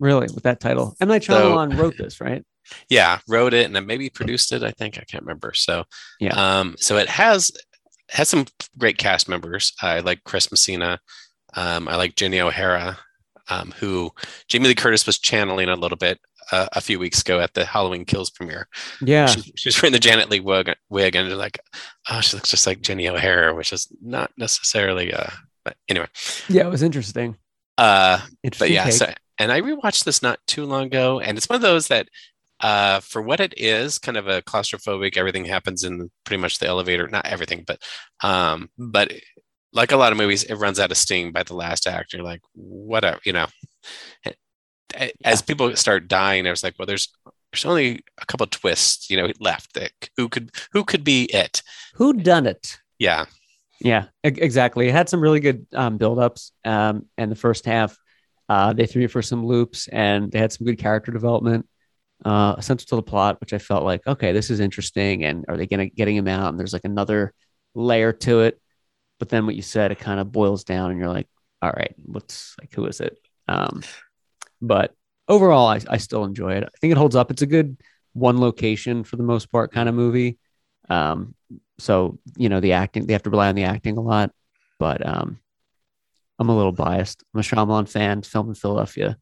Speaker 2: Really, with that title. M. Night
Speaker 1: So-
Speaker 2: Shyamalan wrote this, right?
Speaker 1: Yeah, wrote it and then maybe produced it. I think I can't remember. So
Speaker 2: Yeah.
Speaker 1: um, so it has has some great cast members. I like Chris Messina. Um, I like Jenny O'Hara, um, who Jamie Lee Curtis was channeling a little bit uh, a few weeks ago at the Halloween Kills premiere.
Speaker 2: Yeah.
Speaker 1: <laughs> She, she was wearing the Janet Lee wig, wig and they're like, oh, she looks just like Jenny O'Hara, which is not necessarily. Uh, but anyway,
Speaker 2: Yeah, it was interesting.
Speaker 1: uh, but
Speaker 2: Interesting
Speaker 1: yeah,
Speaker 2: take.
Speaker 1: so, and I rewatched this not too long ago, and it's one of those that, uh, for what it is, kind of a claustrophobic. Everything happens in pretty much the elevator. Not everything, but um, but like a lot of movies, it runs out of steam by the last act. You're like, whatever, you know. A- As people start dying, I was like, well, there's there's only a couple twists, you know, left. That who could who could be it?
Speaker 2: Who done it?
Speaker 1: Yeah,
Speaker 2: Yeah, e- exactly. It had some really good um, build-ups. Um, and the first half, uh, they threw you for some loops and they had some good character development uh, central to the plot, which I felt like, okay, this is interesting. And are they gonna getting him out? And there's like another layer to it. But then what you said, it kind of boils down and you're like, all right, what's like, who is it? Um, but overall, I, I still enjoy it. I think it holds up. It's a good one location for the most part kind of movie. Um, so you know the acting they have to rely on the acting a lot but um i'm a little biased i'm a Shyamalan fan film in philadelphia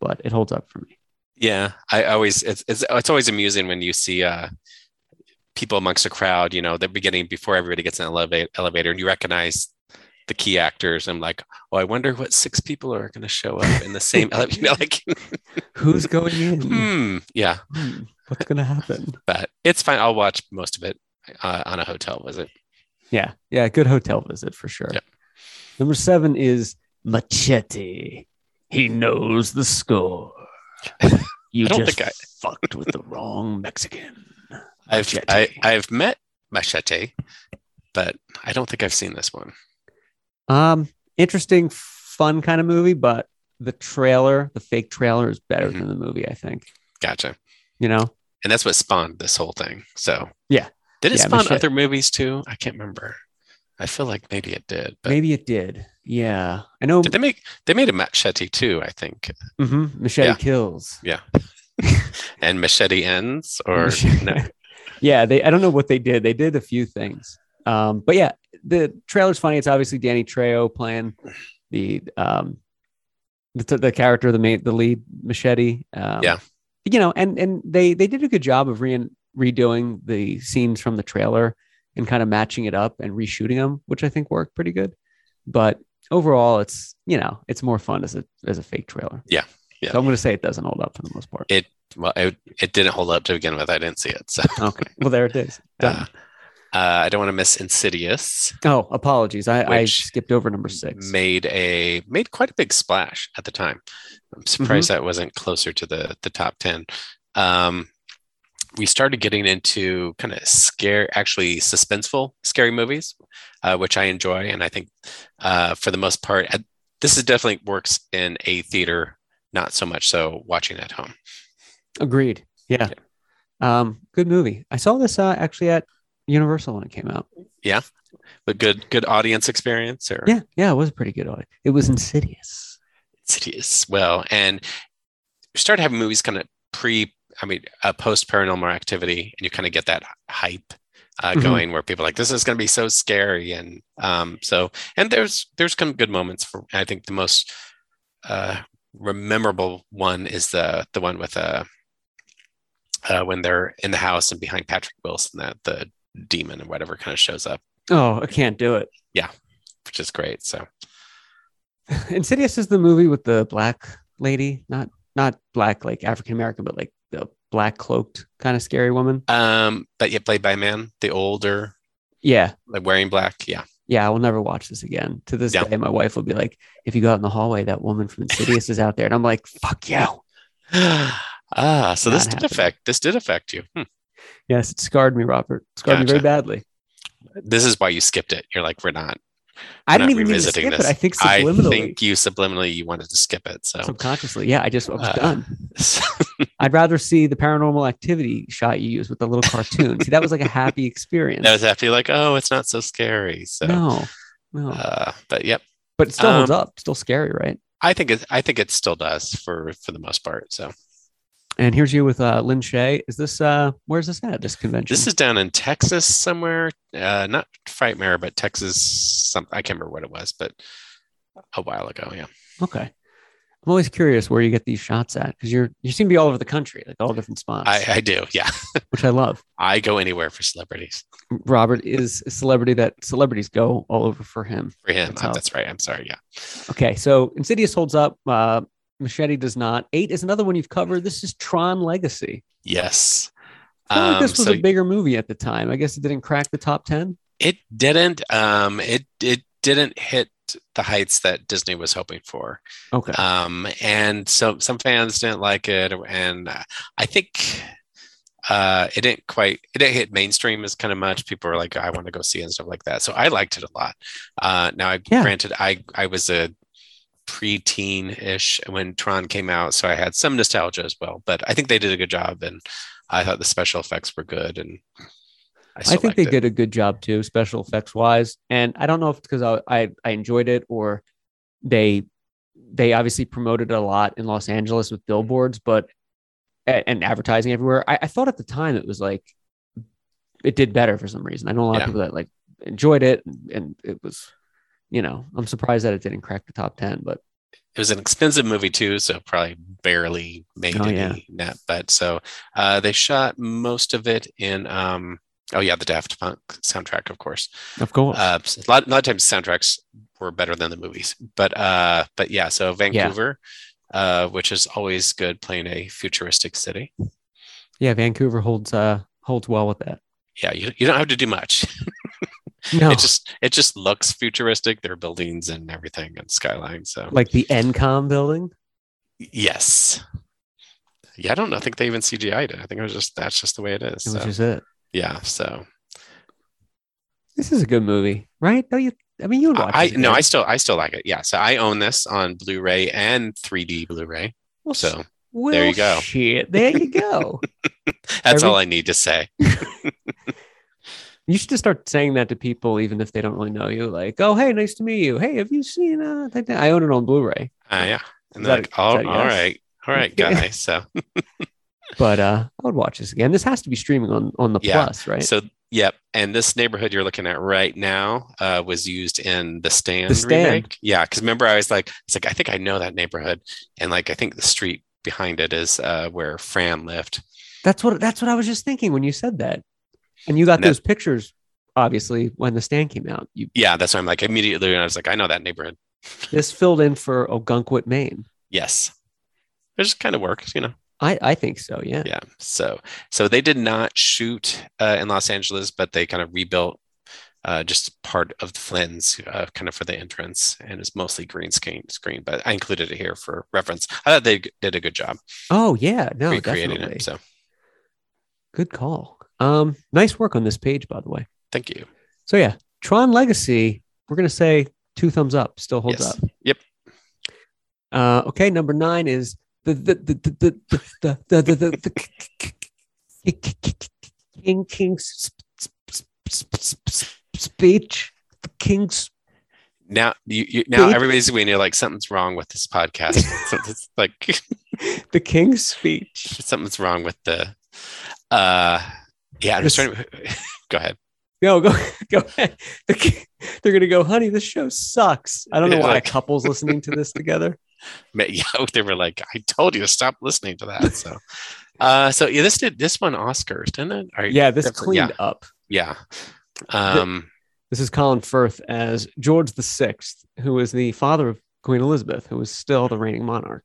Speaker 2: but it holds up for me
Speaker 1: yeah. I always it's it's, it's always amusing when you see uh people amongst a crowd, you know, the beginning before everybody gets in an elevator, elevator and you recognize the key actors. I'm like, oh, I wonder what six people are going to show up in the same elevator. <laughs> You know, like,
Speaker 2: who's going in
Speaker 1: hmm, yeah,
Speaker 2: Hmm, what's gonna happen
Speaker 1: but it's fine. I'll watch most of it uh, on a hotel visit.
Speaker 2: yeah yeah good hotel visit for sure
Speaker 1: Yep.
Speaker 2: number seven is machete he knows the
Speaker 1: <laughs>
Speaker 2: score you
Speaker 1: I don't
Speaker 2: just
Speaker 1: think I-
Speaker 2: fucked with the wrong mexican
Speaker 1: I've, I,
Speaker 2: Machete.
Speaker 1: I've met Machete, but I don't think I've seen this one.
Speaker 2: Um, interesting, fun kind of movie, but the trailer, the fake trailer, is better
Speaker 1: Mhm.
Speaker 2: than the movie. I think.
Speaker 1: Gotcha.
Speaker 2: You know,
Speaker 1: And that's what spawned this whole thing. So,
Speaker 2: Yeah.
Speaker 1: Did it
Speaker 2: Yeah,
Speaker 1: spawn
Speaker 2: Machete.
Speaker 1: other movies too? I can't remember. I feel like maybe it did, but
Speaker 2: maybe it did. Yeah, I know.
Speaker 1: Did they make they made a machete too, I
Speaker 2: <laughs>
Speaker 1: think.
Speaker 2: Mhm, Machete
Speaker 1: Yeah.
Speaker 2: kills.
Speaker 1: And machete ends
Speaker 2: <laughs>
Speaker 1: or
Speaker 2: Machete-
Speaker 1: no.
Speaker 2: yeah, they. I don't know what they did. They did a few things. Um, but yeah, the trailer's funny. It's obviously Danny Trejo playing the um, the, the character, the main, the lead machete. Um,
Speaker 1: Yeah.
Speaker 2: you know, and and they they did a good job of re- redoing the scenes from the trailer and kind of matching it up and reshooting them, which I think worked pretty good. But overall, it's you know, it's more fun as a as a fake trailer.
Speaker 1: Yeah. Yeah.
Speaker 2: So I'm going to say it doesn't hold up for the most part.
Speaker 1: well it, it didn't hold up to begin with. I didn't see it. So
Speaker 2: Okay. Well, there it is. Done.
Speaker 1: uh, uh, I don't want to miss Insidious.
Speaker 2: Oh, apologies. I, I
Speaker 1: Which
Speaker 2: skipped over number six.
Speaker 1: Made a made quite a big splash at the time. I'm surprised that wasn't closer to the the top ten. Um, we started getting into kind of scare, actually suspenseful scary movies, uh, which I enjoy, and I think uh, for the most part, uh this is definitely works in a theater, not so much so watching at home.
Speaker 2: Agreed. Yeah. Um, good movie. I saw this uh, actually at Universal when it came out.
Speaker 1: But good good audience experience, or
Speaker 2: Yeah, yeah, it was a pretty good audit. It was Insidious.
Speaker 1: Insidious. Well, and we started having movies kind of pre, I mean, uh, post paranormal activity, and you kind of get that hype uh,
Speaker 2: Mhm.
Speaker 1: going where people are like this is going to be so scary, and um, so and there's there's some good moments for. I think the most uh, memorable one is the the one with uh, uh, when they're in the house and behind Patrick Wilson, that the demon or whatever kind of shows up,
Speaker 2: Oh, I can't do it.
Speaker 1: which is great. So
Speaker 2: <laughs> Insidious is the movie with the black lady, not not black like African American, but like the black cloaked kind of scary woman.
Speaker 1: um, that you played by a man, the older,
Speaker 2: Yeah,
Speaker 1: like wearing black. Yeah.
Speaker 2: yeah. I will never watch this again. To this
Speaker 1: Yeah.
Speaker 2: day, my wife will be like, "If you go out in the hallway, that woman from Insidious is out there," and I'm like, "Fuck you."
Speaker 1: ah, so this
Speaker 2: Not
Speaker 1: did
Speaker 2: happening.
Speaker 1: affect this did affect you. Hmm.
Speaker 2: Yes, it scarred me, Robert. It scarred me very
Speaker 1: Gotcha.
Speaker 2: badly.
Speaker 1: This is why you skipped it. You're like, we're not.
Speaker 2: I
Speaker 1: I'm not
Speaker 2: didn't even mean to
Speaker 1: revisiting
Speaker 2: skip
Speaker 1: this.
Speaker 2: it. I think
Speaker 1: I
Speaker 2: subliminally,
Speaker 1: think you subliminally you wanted to skip it. So,
Speaker 2: subconsciously. Yeah, I just I was
Speaker 1: Uh,
Speaker 2: done.
Speaker 1: <laughs>
Speaker 2: I'd rather see the paranormal activity shot you use with the little cartoon. see, that was like a
Speaker 1: <laughs>
Speaker 2: happy experience.
Speaker 1: that was after you're like, oh, it's not so scary. So,
Speaker 2: no, no,
Speaker 1: uh, but yep,
Speaker 2: but it still holds
Speaker 1: um,
Speaker 2: up. Still scary, right?
Speaker 1: I think it. I think it still does for for the most part. So
Speaker 2: And here's you with uh, Lynn Shay. Is this uh, where's this at? This convention?
Speaker 1: this is down in Texas somewhere. Uh, not Frightmare, but Texas. Some I can't remember what it was, but a while ago. Yeah.
Speaker 2: okay. I'm always curious where you get these shots at because you're you seem to be all over the country, like all different spots,
Speaker 1: I, I do. Yeah.
Speaker 2: which I love.
Speaker 1: I go anywhere for celebrities.
Speaker 2: Robert is a celebrity that celebrities go all over for him.
Speaker 1: For him.
Speaker 2: That's
Speaker 1: Oh,
Speaker 2: how-
Speaker 1: that's right. I'm sorry. Yeah.
Speaker 2: Okay, so Insidious holds up. Uh, Machete does not. Eight is another one you've covered. This is Tron Legacy.
Speaker 1: Yes.
Speaker 2: I feel like
Speaker 1: Um,
Speaker 2: this was
Speaker 1: so
Speaker 2: a bigger movie at the time. I guess it didn't crack the top ten.
Speaker 1: it didn't. Um, it it didn't hit the heights that Disney was hoping for.
Speaker 2: Okay,
Speaker 1: Um, and so some fans didn't like it, and uh, I think uh, it didn't quite it didn't hit mainstream as kind of much. People were like, "Oh, "I want to go see it," and stuff like that. So I liked it a lot. Uh, now, I,
Speaker 2: Yeah.
Speaker 1: granted, I I was a preteen ish when Tron came out, so I had some nostalgia as well. But I think they did a good job, and I thought the special effects were good, and I,
Speaker 2: I
Speaker 1: still
Speaker 2: think they
Speaker 1: liked it.
Speaker 2: did a good job too, special effects wise. And I don't know if it's because I, I I enjoyed it or they they obviously promoted it a lot in Los Angeles with billboards, but a- and advertising everywhere. I, I thought at the time it was like it did better for some reason. I know a lot
Speaker 1: Yeah.
Speaker 2: of people that like enjoyed it, and it was you know I'm surprised that it didn't crack the top ten, but
Speaker 1: it was an expensive movie too, so probably barely made
Speaker 2: Oh,
Speaker 1: any
Speaker 2: yeah.
Speaker 1: net. But so uh, they shot most of it in. Um, oh yeah, the Daft Punk soundtrack, of course.
Speaker 2: of course,
Speaker 1: Uh, so a, lot, a lot of times soundtracks were better than the movies, but uh, but yeah, so Vancouver, uh, which is always good playing a futuristic city.
Speaker 2: yeah, Vancouver holds uh holds well with that.
Speaker 1: Yeah, you, you don't have to do much. <laughs>
Speaker 2: No,
Speaker 1: It just it just looks futuristic. Their buildings and everything and skyline. So
Speaker 2: like the NCOM building.
Speaker 1: yes. Yeah, I don't know. I think they even CGI'd it. I think it was just that's just the way it is.
Speaker 2: Which
Speaker 1: so.
Speaker 2: is it.
Speaker 1: yeah so
Speaker 2: This is a good movie, right? Don't you? I mean, you would watch.
Speaker 1: i
Speaker 2: this
Speaker 1: no
Speaker 2: again.
Speaker 1: i still i still like it yeah so i own this on blu-ray and 3d blu-ray
Speaker 2: Well,
Speaker 1: so
Speaker 2: well,
Speaker 1: there you go.
Speaker 2: Shit, there you
Speaker 1: <laughs>
Speaker 2: go.
Speaker 1: that's
Speaker 2: every-
Speaker 1: all i need to say
Speaker 2: you should just start saying that to people, even if they don't really know you. Like, oh, hey, nice to meet you. Hey, have you seen? Uh, that, that? I own it on Blu-ray,
Speaker 1: uh, yeah and
Speaker 2: Is that
Speaker 1: they're like
Speaker 2: a-
Speaker 1: oh,
Speaker 2: is that a
Speaker 1: all
Speaker 2: yes?"
Speaker 1: right
Speaker 2: <laughs>
Speaker 1: all right guys so
Speaker 2: but uh, I would watch this again. This has to be streaming on on the
Speaker 1: Yeah.
Speaker 2: Plus, right?
Speaker 1: so yep and this neighborhood you're looking at right now uh, was used in the stand,
Speaker 2: The Stand.
Speaker 1: remake yeah because remember i was like it's like i think i know that neighborhood and like i think the street behind it is uh, where fran lived
Speaker 2: that's what that's what I was just thinking when you said that, and you got
Speaker 1: And that-
Speaker 2: those pictures. Obviously, when the stand came out, you
Speaker 1: yeah that's why i'm like immediately i was like i know that neighborhood
Speaker 2: this filled in for Ogunquit, Maine.
Speaker 1: yes it just kind of works you know
Speaker 2: I I think so. Yeah.
Speaker 1: yeah so so they did not shoot uh, in los angeles but they kind of rebuilt uh, just part of the flins uh, kind of for the entrance and it's mostly green screen screen but i included it here for reference i thought they g- did a good job
Speaker 2: Oh yeah. No,
Speaker 1: recreating
Speaker 2: definitely.
Speaker 1: it so
Speaker 2: Good call. Um, nice work on this page, by the way.
Speaker 1: thank you
Speaker 2: So yeah, Tron Legacy. We're gonna say two thumbs up. Still holds
Speaker 1: Yes.
Speaker 2: up.
Speaker 1: Yep.
Speaker 2: Uh, okay, number nine is the the the the the the the the, the, the k- k- k- k- k- King King's sp- sp- sp- sp- sp- speech. The King's.
Speaker 1: now you, you now
Speaker 2: Big-
Speaker 1: everybody's when you're like something's wrong with
Speaker 2: <laughs>
Speaker 1: this podcast something's like <laughs>
Speaker 2: The King's speech.
Speaker 1: something's wrong with the uh yeah i'm just
Speaker 2: This-
Speaker 1: trying to <laughs> go ahead
Speaker 2: No, go <laughs> go ahead. The, ki- they're gonna go, honey. This show sucks. I don't know
Speaker 1: Yeah,
Speaker 2: why a
Speaker 1: like-
Speaker 2: couple's
Speaker 1: <laughs>
Speaker 2: listening to this together.
Speaker 1: Ma- yeah, they were like, I told you to stop listening to that. So Uh, so yeah, this did this won Oscars, didn't it? Or-
Speaker 2: Yeah, this
Speaker 1: definitely- yeah,
Speaker 2: cleaned up.
Speaker 1: Yeah. Um,
Speaker 2: This is Colin Firth as George the Sixth, who was the father of Queen Elizabeth, who was still the reigning monarch.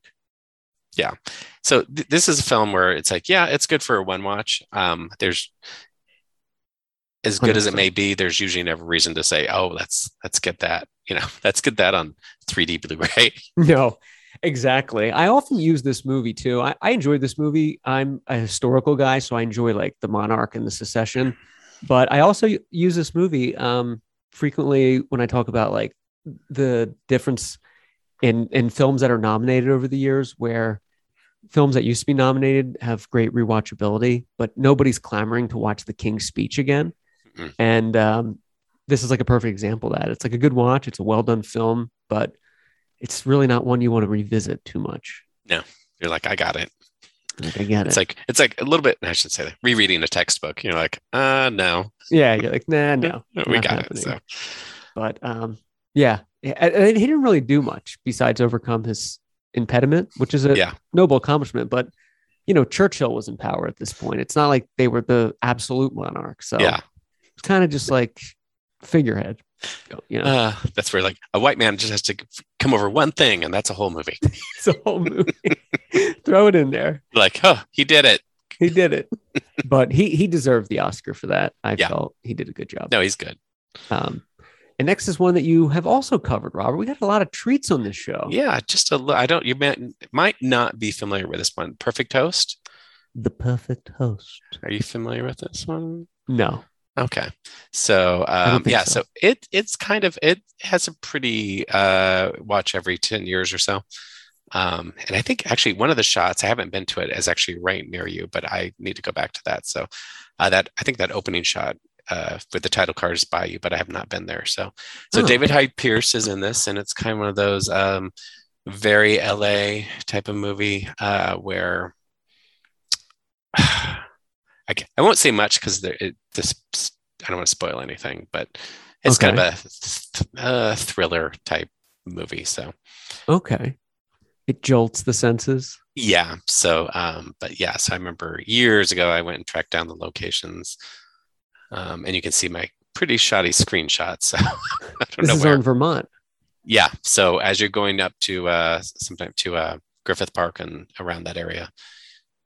Speaker 1: so th- this is a film where it's like, yeah, it's good for a one watch. Um, there's as good as it may be. There's usually never reason to say, oh, let's let's get that. You know, <laughs> let's get that on 3D Blu-ray. <laughs>
Speaker 2: <laughs> No, exactly. I often use this movie too. I, I enjoyed this movie. I'm a historical guy, so I enjoy like the monarch and the secession. But I also u- use this movie um, frequently when I talk about like the difference in in films that are nominated over the years, where films that used to be nominated have great rewatchability, but nobody's clamoring to watch The King's Speech again.
Speaker 1: Mhm.
Speaker 2: And um, this is like a perfect example of that. It's like a good watch. It's a well done film, but it's really not one you want to revisit too much.
Speaker 1: You're like, I got it.
Speaker 2: Like, I get
Speaker 1: It's
Speaker 2: it.
Speaker 1: like it's like a little bit. I should say that rereading a textbook. You're like, uh, no,
Speaker 2: yeah, you're like, nah, no,
Speaker 1: we
Speaker 2: not
Speaker 1: got
Speaker 2: happening.
Speaker 1: it. So
Speaker 2: But um, yeah, Yeah, and, and he didn't really do much besides overcome his impediment, which is a
Speaker 1: Yeah.
Speaker 2: noble accomplishment. But you know, Churchill was in power at this point. It's not like they were the absolute monarch. So
Speaker 1: yeah,
Speaker 2: it's kind of just like figurehead. You <laughs> know,
Speaker 1: <laughs> uh, that's where like a white man just has to c- come over one thing, and that's a whole movie. <laughs>
Speaker 2: it's a whole movie. <laughs> Throw it in there.
Speaker 1: like, oh, he did it.
Speaker 2: He did
Speaker 1: <laughs>
Speaker 2: it. But he he deserved the Oscar for that. I
Speaker 1: Yeah.
Speaker 2: felt he did a good job.
Speaker 1: No, he's good.
Speaker 2: Um, and next is one that you have also covered, Robert. We got a lot of treats on this show.
Speaker 1: Yeah, just a little. I don't. You might, might not be familiar with this one. Perfect Toast.
Speaker 2: The perfect host.
Speaker 1: Are you familiar with this one?
Speaker 2: No.
Speaker 1: Okay, so
Speaker 2: don't
Speaker 1: um,
Speaker 2: think
Speaker 1: yeah,
Speaker 2: so.
Speaker 1: so. it it's kind of it has a pretty uh, watch every ten years or so, um, and I think actually one of the shots I haven't been to it is actually right near you, but I need to go back to that. So uh, that I think that opening shot uh, with the title card is by you, but I have not been there. So so
Speaker 2: Oh.
Speaker 1: David Hyde Pierce is in this, and it's kind of one of those um, very LA type of movie uh, where. <sighs> I, ca- I won't say much because it this I don't want to spoil anything, but it's kind of a th- uh, thriller type movie. So
Speaker 2: Okay. It jolts the senses.
Speaker 1: yeah, so um, but yeah, so I remember years ago I went and tracked down the locations, um, and you can see my pretty shoddy screenshots. So <laughs> I don't
Speaker 2: This
Speaker 1: know
Speaker 2: is
Speaker 1: where.
Speaker 2: on Vermont.
Speaker 1: yeah, so as you're going up to uh, sometime to uh, Griffith Park and around that area.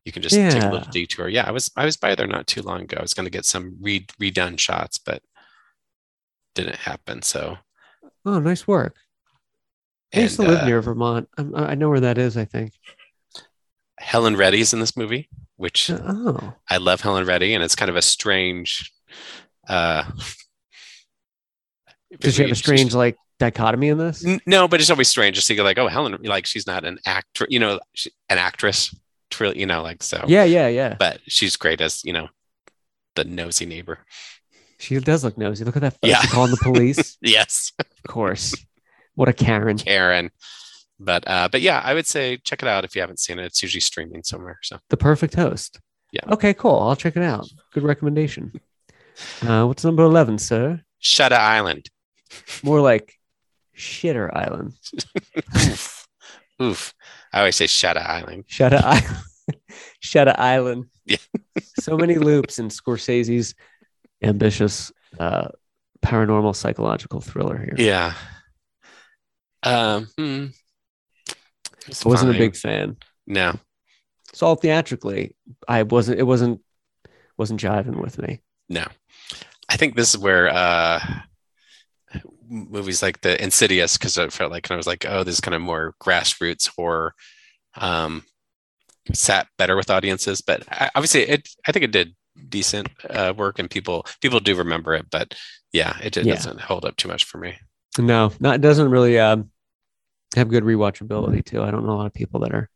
Speaker 1: You can just take a
Speaker 2: Yeah.
Speaker 1: little detour. Yeah, I was I was by there not too long ago. I was going to get some re- redone shots, but didn't happen. So
Speaker 2: Oh, nice work. I used to
Speaker 1: and,
Speaker 2: live
Speaker 1: uh,
Speaker 2: near Vermont. I'm, I I know where that is, I think.
Speaker 1: Helen Reddy's in this movie, which
Speaker 2: Oh,
Speaker 1: I love Helen Reddy, and it's kind of a strange.
Speaker 2: <laughs>
Speaker 1: Uh,
Speaker 2: does she have a
Speaker 1: it's just-
Speaker 2: strange like dichotomy in this?
Speaker 1: N- No, but it's always strange just to go like, oh, Helen, like she's not an actor, you know, she, an actress, tr- you know, like so.
Speaker 2: Yeah, yeah, yeah.
Speaker 1: But she's great as you know, the nosy neighbor. <laughs>
Speaker 2: She does look nosy. Look at that.
Speaker 1: Yeah.
Speaker 2: Yeah. Calling the
Speaker 1: <laughs>
Speaker 2: police.
Speaker 1: Yes,
Speaker 2: of course. What a Karen.
Speaker 1: Karen. But uh, but yeah, I would say check it out if you haven't seen it. It's usually streaming somewhere. So
Speaker 2: The perfect host.
Speaker 1: Yeah.
Speaker 2: Okay, cool. I'll check it out. Good recommendation. Uh, what's number 11, sir?
Speaker 1: Shutter Island. <laughs>
Speaker 2: More like Shitter Island.
Speaker 1: Oof. Oof. I always say Shutter Island.
Speaker 2: Shutter Island. <laughs> Shutter Island.
Speaker 1: Yeah.
Speaker 2: so many loops in Scorsese's ambitious uh, paranormal psychological thriller here.
Speaker 1: Yeah. Um, hmm. It's
Speaker 2: I wasn't a
Speaker 1: fine.
Speaker 2: big fan.
Speaker 1: no.
Speaker 2: It's all theatrically. I wasn't. It wasn't. Wasn't jiving with me.
Speaker 1: I think this is where uh, movies like the Insidious, because I felt like I was like, oh, this is kind of more grassroots horror, um, sat better with audiences. But I, obviously, it I think it did decent uh, work, and people people do remember it. But yeah, it, it
Speaker 2: Yeah.
Speaker 1: doesn't hold up too much for me.
Speaker 2: No, not it doesn't really um, have good rewatchability too. I don't know a lot of people that are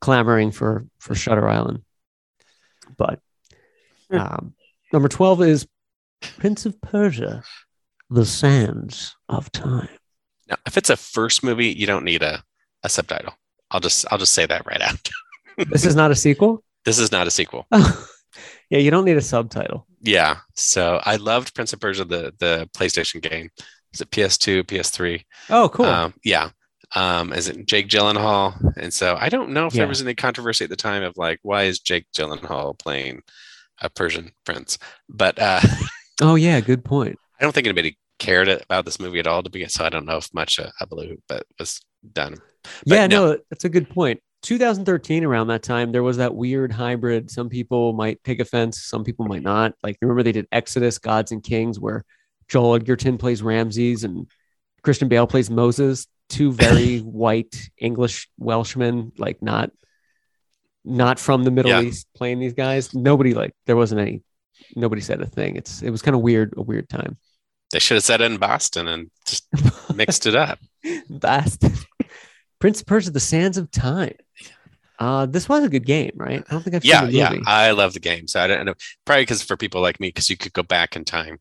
Speaker 2: clamoring for for Shutter Island. But um, number twelve is Prince of Persia: The Sands of Time. <laughs>
Speaker 1: Now, if it's a first movie, you don't need a, a subtitle. I'll just I'll just say that right out. <laughs>
Speaker 2: This is not a sequel. <laughs>
Speaker 1: this is not a sequel.
Speaker 2: Oh, yeah, you don't need a subtitle.
Speaker 1: Yeah. So I loved Prince of Persia, the the PlayStation game. It's a PS2, PS3.
Speaker 2: Oh, cool.
Speaker 1: Um, yeah. Um, is it Jake Gyllenhaal? And so I don't know if
Speaker 2: Yeah.
Speaker 1: there was any controversy at the time of like, why is Jake Gyllenhaal playing a Persian prince? But uh, <laughs>
Speaker 2: Oh yeah, good point.
Speaker 1: I don't think anybody cared about this movie at all to begin. So I don't know if much uh, hullabaloo, but was done. But
Speaker 2: yeah,
Speaker 1: no.
Speaker 2: no. that's a good point. 2013, around that time, there was that weird hybrid. Some people might take offense, some people might not. Like, remember they did Exodus, Gods and Kings, where Joel Edgerton plays Ramses and Christian Bale plays Moses. Two
Speaker 1: <laughs>
Speaker 2: very white English Welshmen, like not not from the Middle
Speaker 1: Yeah.
Speaker 2: East, playing these guys. Nobody like there wasn't any. Nobody said a thing. It's it was kind of weird, a weird time. <laughs>
Speaker 1: They should have said it in Boston and just mixed it up.
Speaker 2: That's <laughs> Prince of Persia: The Sands of Time. Uh, this was a good game, right? I don't think I've
Speaker 1: yeah,
Speaker 2: seen the
Speaker 1: yeah. Uh,
Speaker 2: movie.
Speaker 1: I love the game. So I don't know. Probably because for people like me, because you could go back in time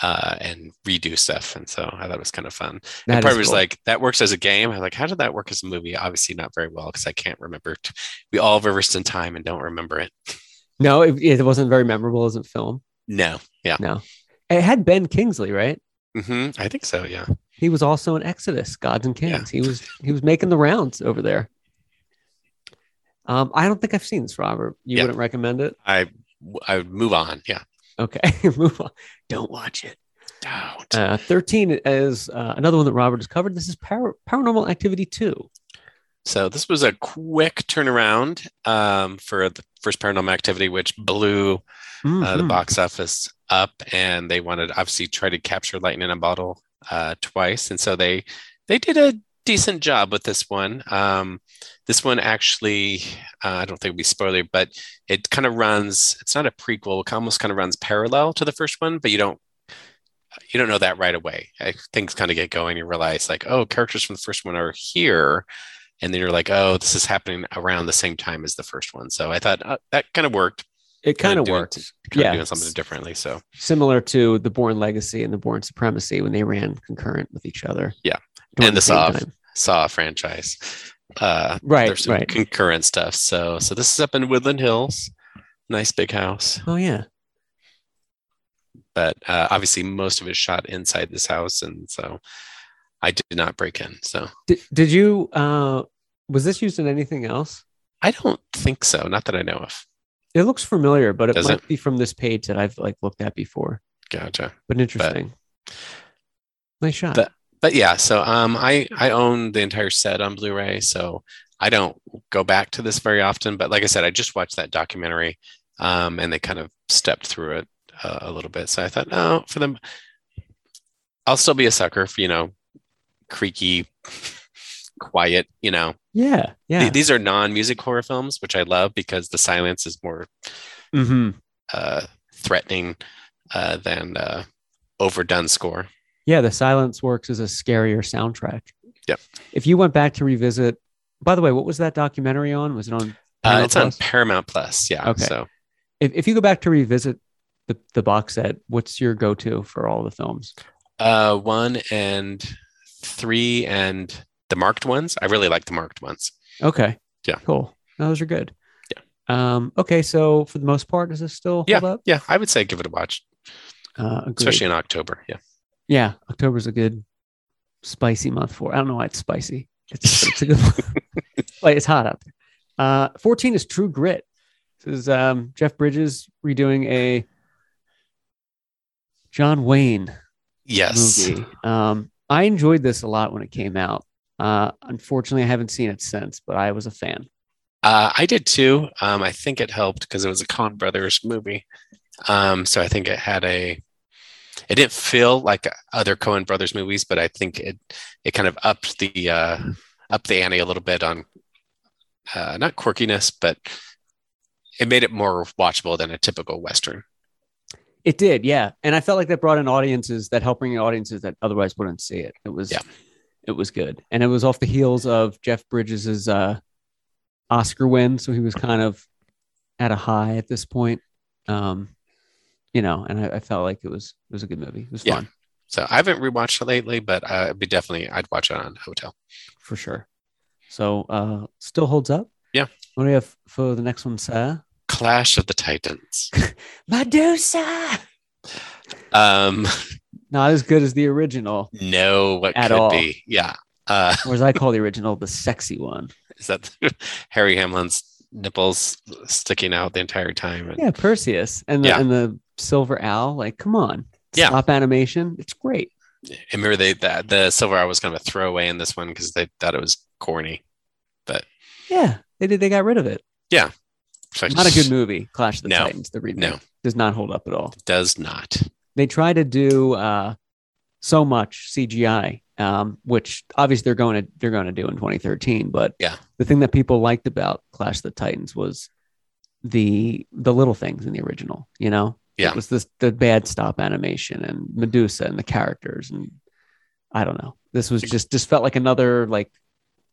Speaker 1: uh, and redo stuff. And so I thought it was kind of fun.
Speaker 2: That
Speaker 1: That part
Speaker 2: is
Speaker 1: was
Speaker 2: cool.
Speaker 1: like that works as a game. I'm like, how did that work as a movie? Obviously, not very well because I can't remember. t- We all reversed in time and don't remember it.
Speaker 2: no, it, it wasn't very memorable as a film.
Speaker 1: No.
Speaker 2: It had Ben Kingsley, right?
Speaker 1: hmm I think so. Yeah.
Speaker 2: He was also in Exodus, Gods and
Speaker 1: Yeah.
Speaker 2: Kings. He was he was making the rounds over there. Um, I don't think I've seen this, Robert. You
Speaker 1: Yeah.
Speaker 2: wouldn't recommend it?
Speaker 1: I I would move on. Yeah.
Speaker 2: Okay, <laughs> move on. Don't watch it.
Speaker 1: Don't.
Speaker 2: Uh, Thirteen is uh, another one that Robert has covered. This is Par- Paranormal Activity Two.
Speaker 1: So this was a quick turnaround um, for the first Paranormal Activity, which blew uh, the
Speaker 2: Mhm.
Speaker 1: box office up, and they wanted obviously try to capture lightning in a bottle uh, twice, and so they they did a decent job with this one. Um, this one actually, uh, I don't think it'll be spoiler, but it kind of runs. It's not a prequel; it almost kind of runs parallel to the first one, but you don't you don't know that right away. I, things kind of get going. You realize like, oh, characters from the first one are here. And then you're like, oh, this is happening around the same time as the first one. So I thought uh, that kind of worked
Speaker 2: It kind
Speaker 1: kinda
Speaker 2: of
Speaker 1: doing-
Speaker 2: works.
Speaker 1: kind
Speaker 2: Yeah.
Speaker 1: of doing something differently. So
Speaker 2: similar to the Born Legacy and the Born Supremacy when they ran concurrent with each other.
Speaker 1: Yeah.
Speaker 2: During
Speaker 1: And the
Speaker 2: same
Speaker 1: Saw.
Speaker 2: time.
Speaker 1: Saw franchise. Uh,
Speaker 2: Right,
Speaker 1: there's some
Speaker 2: right.
Speaker 1: concurrent stuff. So so this is up in Woodland Hills, nice big house.
Speaker 2: Oh yeah.
Speaker 1: But uh, obviously most of it shot inside this house, and so I did not break in. So
Speaker 2: Did, did you uh was this used in anything else?
Speaker 1: I don't think so. Not that I know of.
Speaker 2: It looks familiar, but it
Speaker 1: Does
Speaker 2: might be from this page that I've like looked at before.
Speaker 1: Gotcha.
Speaker 2: But interesting. nice shot.
Speaker 1: but- but yeah so um i i own the entire set on blu-ray so i don't go back to this very often but like i said i just watched that documentary um and they kind of stepped through it uh, a little bit so i thought oh for them i'll still be a sucker for you know creaky quiet you know
Speaker 2: yeah. Yeah.
Speaker 1: Th- these are non-music horror films which i love because the silence is more
Speaker 2: hmm
Speaker 1: uh threatening uh than uh overdone score
Speaker 2: Yeah, the silence works as a scarier soundtrack.
Speaker 1: Yep.
Speaker 2: If you went back to revisit by the way, what was that documentary on? Was it on
Speaker 1: uh,
Speaker 2: Paramount
Speaker 1: it's on
Speaker 2: Plus?
Speaker 1: paramount plus yeah
Speaker 2: Okay.
Speaker 1: so
Speaker 2: if, if you go back to revisit the, the box set, what's your go to for all the films?
Speaker 1: Uh, one and three and the marked ones. I really like the marked ones.
Speaker 2: Okay.
Speaker 1: Yeah.
Speaker 2: Cool. No, Those are good. Yeah. Um, okay. So for the most part, does this still
Speaker 1: Yeah,
Speaker 2: hold up?
Speaker 1: yeah. I would say give it a watch,
Speaker 2: Uh, agreed.
Speaker 1: especially in October. Yeah,
Speaker 2: yeah. October's a good spicy month for. I don't know why it's spicy. It's, it's a good month.
Speaker 1: <laughs>
Speaker 2: Like, it's hot out there. Uh, 14 is True Grit. This is um, Jeff Bridges redoing a John Wayne
Speaker 1: yes.
Speaker 2: movie. Um, I enjoyed this a lot when it came out. Uh, unfortunately, I haven't seen it since, but I was a fan.
Speaker 1: Uh, I did too. Um, I think it helped because it was a Coen Brothers movie. Um, so I think it had a. It didn't feel like other Coen Brothers movies, but I think it it kind of upped the uh, up the ante a little bit on uh, not quirkiness, but it made it more watchable than a typical western.
Speaker 2: It did, yeah, and I felt like that brought in audiences that helped bring in audiences that otherwise wouldn't see it. It was,
Speaker 1: Yeah.
Speaker 2: it was good, and it was off the heels of Jeff Bridges's uh, Oscar win, so he was kind of at a high at this point. Um, you know, and I, I felt like it was it was a good movie. It was
Speaker 1: Yeah.
Speaker 2: fun
Speaker 1: So I haven't rewatched it lately, but uh, it'd be definitely I'd watch it on Hotel.
Speaker 2: for sure. So uh, still holds up.
Speaker 1: Yeah.
Speaker 2: What do we have for the next one, sir?
Speaker 1: Clash of
Speaker 2: <laughs>
Speaker 1: the Titans.
Speaker 2: Medusa.
Speaker 1: Um,
Speaker 2: Not as good as the original.
Speaker 1: no, what
Speaker 2: At
Speaker 1: could
Speaker 2: all.
Speaker 1: be? Yeah, Uh, <laughs>
Speaker 2: or as I call the original, the sexy one.
Speaker 1: is that <laughs> Harry Hamlin's nipples sticking out the entire time? And
Speaker 2: Yeah, Perseus and the,
Speaker 1: Yeah.
Speaker 2: and the silver owl. Like, come on,
Speaker 1: Yeah.
Speaker 2: stop animation. It's great.
Speaker 1: I remember they that the silver hour was kind of a throwaway in this one because they thought it was corny.
Speaker 2: Yeah, they did. They got rid of it.
Speaker 1: So I
Speaker 2: Not a
Speaker 1: just-
Speaker 2: good movie. Clash of the
Speaker 1: No.
Speaker 2: Titans. The remake
Speaker 1: No,
Speaker 2: does not hold up at all.
Speaker 1: does not.
Speaker 2: They try to do uh, so much CGI, um, which obviously they're going to they're going to do in 2013. But
Speaker 1: Yeah.
Speaker 2: the thing that people liked about Clash of the Titans was the the little things in the original. You know,
Speaker 1: Yeah.
Speaker 2: it was this the bad stop animation and Medusa and the characters and I don't know. This was just just felt like another like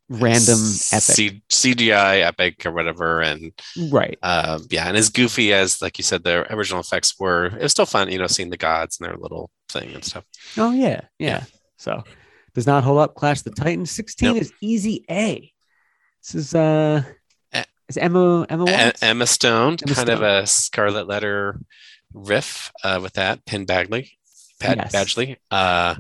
Speaker 2: random epic,
Speaker 1: C- CGI epic or whatever, and
Speaker 2: right?
Speaker 1: uh, yeah, and as goofy as like you said, the original effects were, it was still fun, you know, seeing the gods and their little thing and stuff.
Speaker 2: Oh yeah, yeah.
Speaker 1: Yeah.
Speaker 2: So does not hold up. Clash of the Titans. Sixteen
Speaker 1: Nope.
Speaker 2: is easy A. This is uh,
Speaker 1: Eh.
Speaker 2: is Emma Emma
Speaker 1: E-
Speaker 2: Watts?
Speaker 1: Emma Stone,
Speaker 2: Emma
Speaker 1: kind of
Speaker 2: Stone.
Speaker 1: a Scarlet Letter riff uh, with that. Pin Bagley, Pat
Speaker 2: Yes.
Speaker 1: Badgley, uh,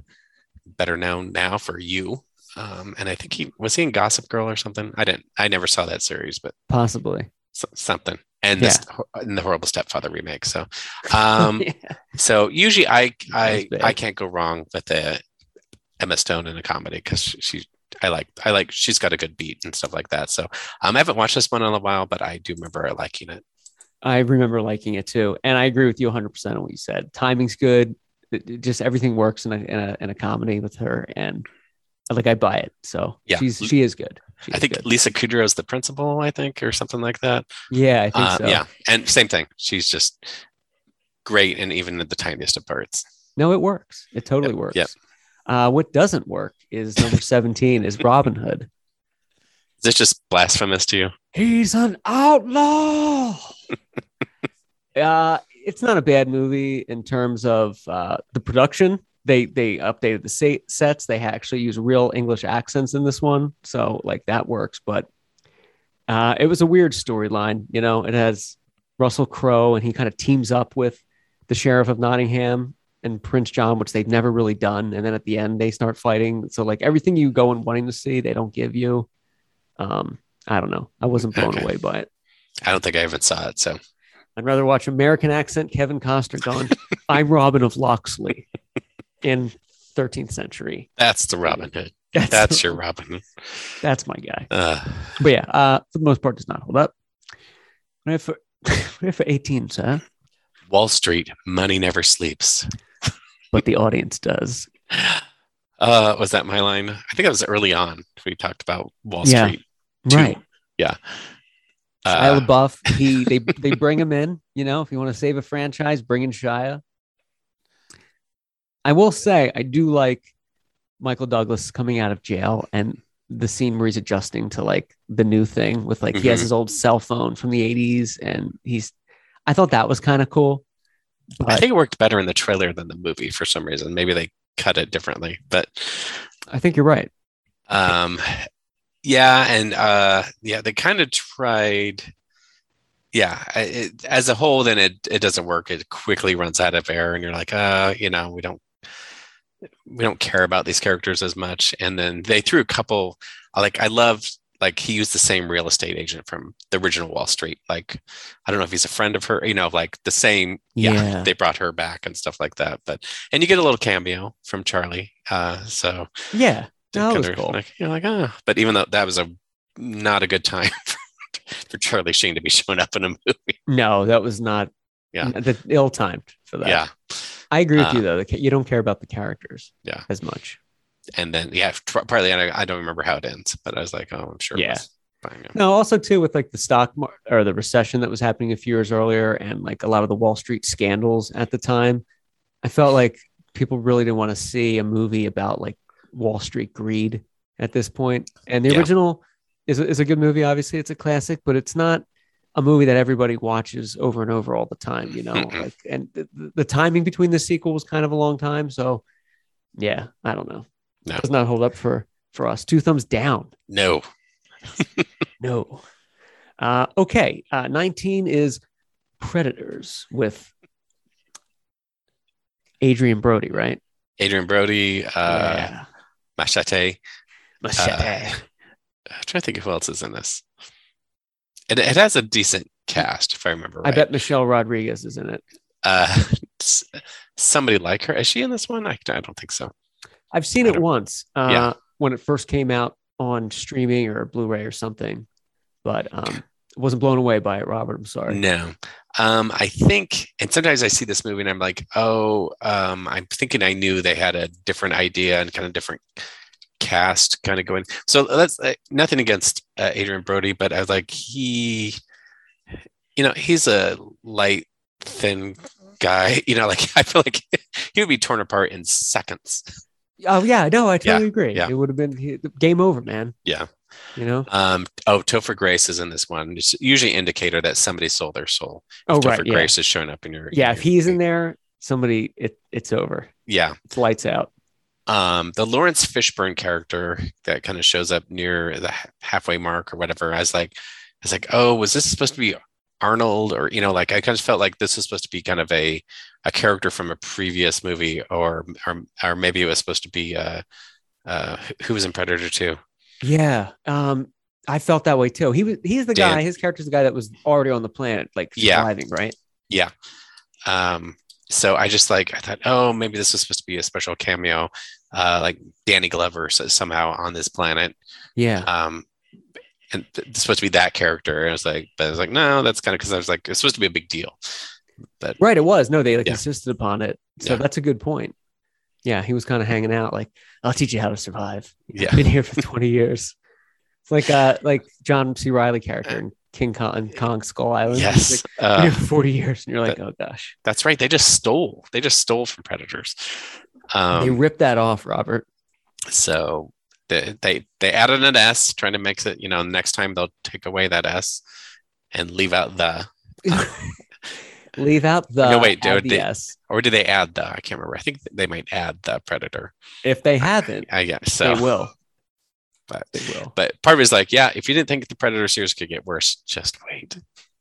Speaker 1: better known now for you. Um, and I think he was he in Gossip Girl or something. I didn't. I never saw that series, but
Speaker 2: possibly.
Speaker 1: so- something. And this and the horrible stepfather remake.
Speaker 2: <laughs>
Speaker 1: So, um,
Speaker 2: Yeah.
Speaker 1: so usually I
Speaker 2: was
Speaker 1: I
Speaker 2: big.
Speaker 1: I can't go wrong with a Emma Stone in a comedy because she I like I like she's got a good beat and stuff like that. So um, I haven't watched this one in a while, but I do remember liking it.
Speaker 2: I remember liking it too, and I agree with you 100 percent on what you said. Timing's good. It- it just everything works in a, in a in a comedy with her, and like I buy it. So
Speaker 1: Yeah.
Speaker 2: she's she is good. She
Speaker 1: I
Speaker 2: is
Speaker 1: think
Speaker 2: good.
Speaker 1: Lisa Kudrow is the principal, I think, or something like that.
Speaker 2: yeah, I think
Speaker 1: Uh,
Speaker 2: so.
Speaker 1: Yeah, and same thing. She's just great, and even at the tiniest of parts.
Speaker 2: No, it works. It totally
Speaker 1: Yep,
Speaker 2: works.
Speaker 1: yep.
Speaker 2: Uh, what doesn't work is number 17 is Robin Hood.
Speaker 1: Is this just blasphemous to you?
Speaker 2: He's an outlaw. uh, it's not a bad movie in terms of uh, the production. They they updated the sa- sets. They actually use real English accents in this one, so like that works. But uh, it was a weird storyline. You know, it has Russell Crowe, and he kind of teams up with the sheriff of Nottingham and Prince John, which they've never really done. And then at the end, they start fighting. So like everything you go and wanting to see, they don't give you. Um, I don't know. I wasn't blown
Speaker 1: Okay.
Speaker 2: away by it.
Speaker 1: I don't think I even saw it. So
Speaker 2: I'd rather watch American accent Kevin Costner going, I'm Robin of Locksley in 13th century.
Speaker 1: that's the Robin
Speaker 2: <laughs>
Speaker 1: Hood.
Speaker 2: That's,
Speaker 1: That's your Robin Hood.
Speaker 2: that's my guy.
Speaker 1: Uh,
Speaker 2: But yeah, uh, for the most part, does not hold up. What if, <laughs> what if 18, sir?
Speaker 1: Wall Street, money never sleeps. <gasps>
Speaker 2: But the audience does.
Speaker 1: Uh, was that my line? I think it was early on. We talked about Wall
Speaker 2: Yeah.
Speaker 1: Street. Two.
Speaker 2: Right.
Speaker 1: Uh,
Speaker 2: Shia LaBeouf,
Speaker 1: <laughs>
Speaker 2: he, they, they bring him in. You know, if you want to save a franchise, bring in Shia. I will say, I do like Michael Douglas coming out of jail and the scene where he's adjusting to like the new thing with like he has
Speaker 1: Mhm.
Speaker 2: his old cell phone from the 80s and he's, I thought that was kind of cool.
Speaker 1: I
Speaker 2: But
Speaker 1: think it worked better in the trailer than the movie for some reason. Maybe they cut it differently, but
Speaker 2: I think you're right.
Speaker 1: um yeah and uh yeah they kind of tried yeah I- it, as a whole then it it doesn't work it quickly runs out of air and you're like uh you know we don't we don't care about these characters as much and then they threw a couple like i love like he used the same real estate agent from the original wall street like i don't know if he's a friend of her you know like the same
Speaker 2: Yeah.
Speaker 1: yeah. they brought her back and stuff like that but and you get a little cameo from charlie uh so
Speaker 2: Yeah. No, that was
Speaker 1: kinda
Speaker 2: cool.
Speaker 1: Like, you're like, ah, but even though that was a not a good time <laughs> for, for Charlie Sheen to be showing up in a movie.
Speaker 2: No, that was not.
Speaker 1: Yeah.
Speaker 2: The ill timed for that.
Speaker 1: Yeah,
Speaker 2: I agree with
Speaker 1: Uh,
Speaker 2: you though. The, ca- you don't care about the characters.
Speaker 1: Yeah.
Speaker 2: As much.
Speaker 1: and then yeah, tr- partly and I, I don't remember how it ends, but I was like, oh, I'm sure. it
Speaker 2: Yeah.
Speaker 1: was fine, yeah.
Speaker 2: No, also too with like the stock mar- or the recession that was happening a few years earlier, and like a lot of the Wall Street scandals at the time, I felt like people really didn't want to see a movie about like Wall Street greed at this point. And the
Speaker 1: Yeah.
Speaker 2: original is a, is a good movie. Obviously, it's a classic, but it's not a movie that everybody watches over and over all the time. You know,
Speaker 1: Mm-mm.
Speaker 2: like and the, the timing between the sequel was kind of a long time. So, yeah, I don't know.
Speaker 1: No.
Speaker 2: Does not hold up for for us. Two thumbs down.
Speaker 1: No,
Speaker 2: No. Uh, okay. Uh, 19 is Predators with Adrian Brody, right?
Speaker 1: Adrian Brody, uh,
Speaker 2: yeah.
Speaker 1: Machete, uh,
Speaker 2: Machete.
Speaker 1: I'm trying to think of who else is in this. It, it has a decent cast, if I remember
Speaker 2: I
Speaker 1: right.
Speaker 2: bet Michelle Rodriguez is in it.
Speaker 1: Uh, <laughs> s- somebody like her. Is she in this one? I, I don't think so.
Speaker 2: I've seen
Speaker 1: I
Speaker 2: it
Speaker 1: don't-
Speaker 2: once uh,
Speaker 1: Yeah.
Speaker 2: when it first came out on streaming or Blu-ray or something, but um, wasn't blown away by it. Robert, I'm sorry.
Speaker 1: No. Um, I think, and sometimes I see this movie and I'm like, oh, um, I'm thinking I knew they had a different idea and kind of different cast kind of going. So that's uh, nothing against uh, Adrian Brody, but I was like, he, you know, he's a light, thin guy. <laughs> You know, like I feel like he would be torn apart in seconds.
Speaker 2: Oh yeah, no, I totally agree.
Speaker 1: yeah.
Speaker 2: It would have been he- game over, man.
Speaker 1: Yeah.
Speaker 2: You know.
Speaker 1: Um, oh, Topher Grace is in this one. It's usually an indicator that somebody sold their soul.
Speaker 2: Oh
Speaker 1: Topher
Speaker 2: right. Yeah.
Speaker 1: Grace is showing up in your.
Speaker 2: yeah.
Speaker 1: your
Speaker 2: If he's in
Speaker 1: movie.
Speaker 2: there, somebody, it, it's over.
Speaker 1: Yeah.
Speaker 2: It's lights out.
Speaker 1: um the lawrence fishburne character that kind of shows up near the ha- halfway mark or whatever i was like i was like oh was this supposed to be arnold or you know like i kind of felt like this was supposed to be kind of a a character from a previous movie or or, or maybe it was supposed to be uh uh who was in predator 2
Speaker 2: Yeah. Um, I felt that way too. He was. He's the
Speaker 1: Dan-
Speaker 2: guy. His character's the guy that was already on the planet, like
Speaker 1: Yeah.
Speaker 2: surviving, right?
Speaker 1: um so i just like i thought oh maybe this was supposed to be a special cameo uh like danny glover so somehow on this planet
Speaker 2: Yeah.
Speaker 1: um and th- it's supposed to be that character and i was like but i was like no that's kind of because i was like it's supposed to be a big deal
Speaker 2: Right, it was. No, they like
Speaker 1: Yeah.
Speaker 2: insisted upon it. So
Speaker 1: Yeah.
Speaker 2: that's a good point. Yeah, he was kind of hanging out like, I'll teach you how to survive. You've
Speaker 1: Yeah.
Speaker 2: Been here for 20 years. It's like
Speaker 1: <laughs>
Speaker 2: uh like John C. Riley character in King Kong in Kong Skull Island. It's
Speaker 1: yes
Speaker 2: Oh, Like,
Speaker 1: uh,
Speaker 2: "Been here for 40 years. And you're like, oh gosh.
Speaker 1: that's right they just stole they just stole from predators um
Speaker 2: they ripped that off, Robert.
Speaker 1: so they, they they added an s trying to mix it you know next time they'll take away that s and leave out the
Speaker 2: Leave out the
Speaker 1: No, wait, dude,
Speaker 2: add the
Speaker 1: they-
Speaker 2: S.
Speaker 1: or do they add the i can't remember i think they might add the predator
Speaker 2: If they haven't,
Speaker 1: i guess <laughs> so
Speaker 2: they will.
Speaker 1: but
Speaker 2: They will.
Speaker 1: but part of it is like yeah if you didn't think the predator series could get worse just wait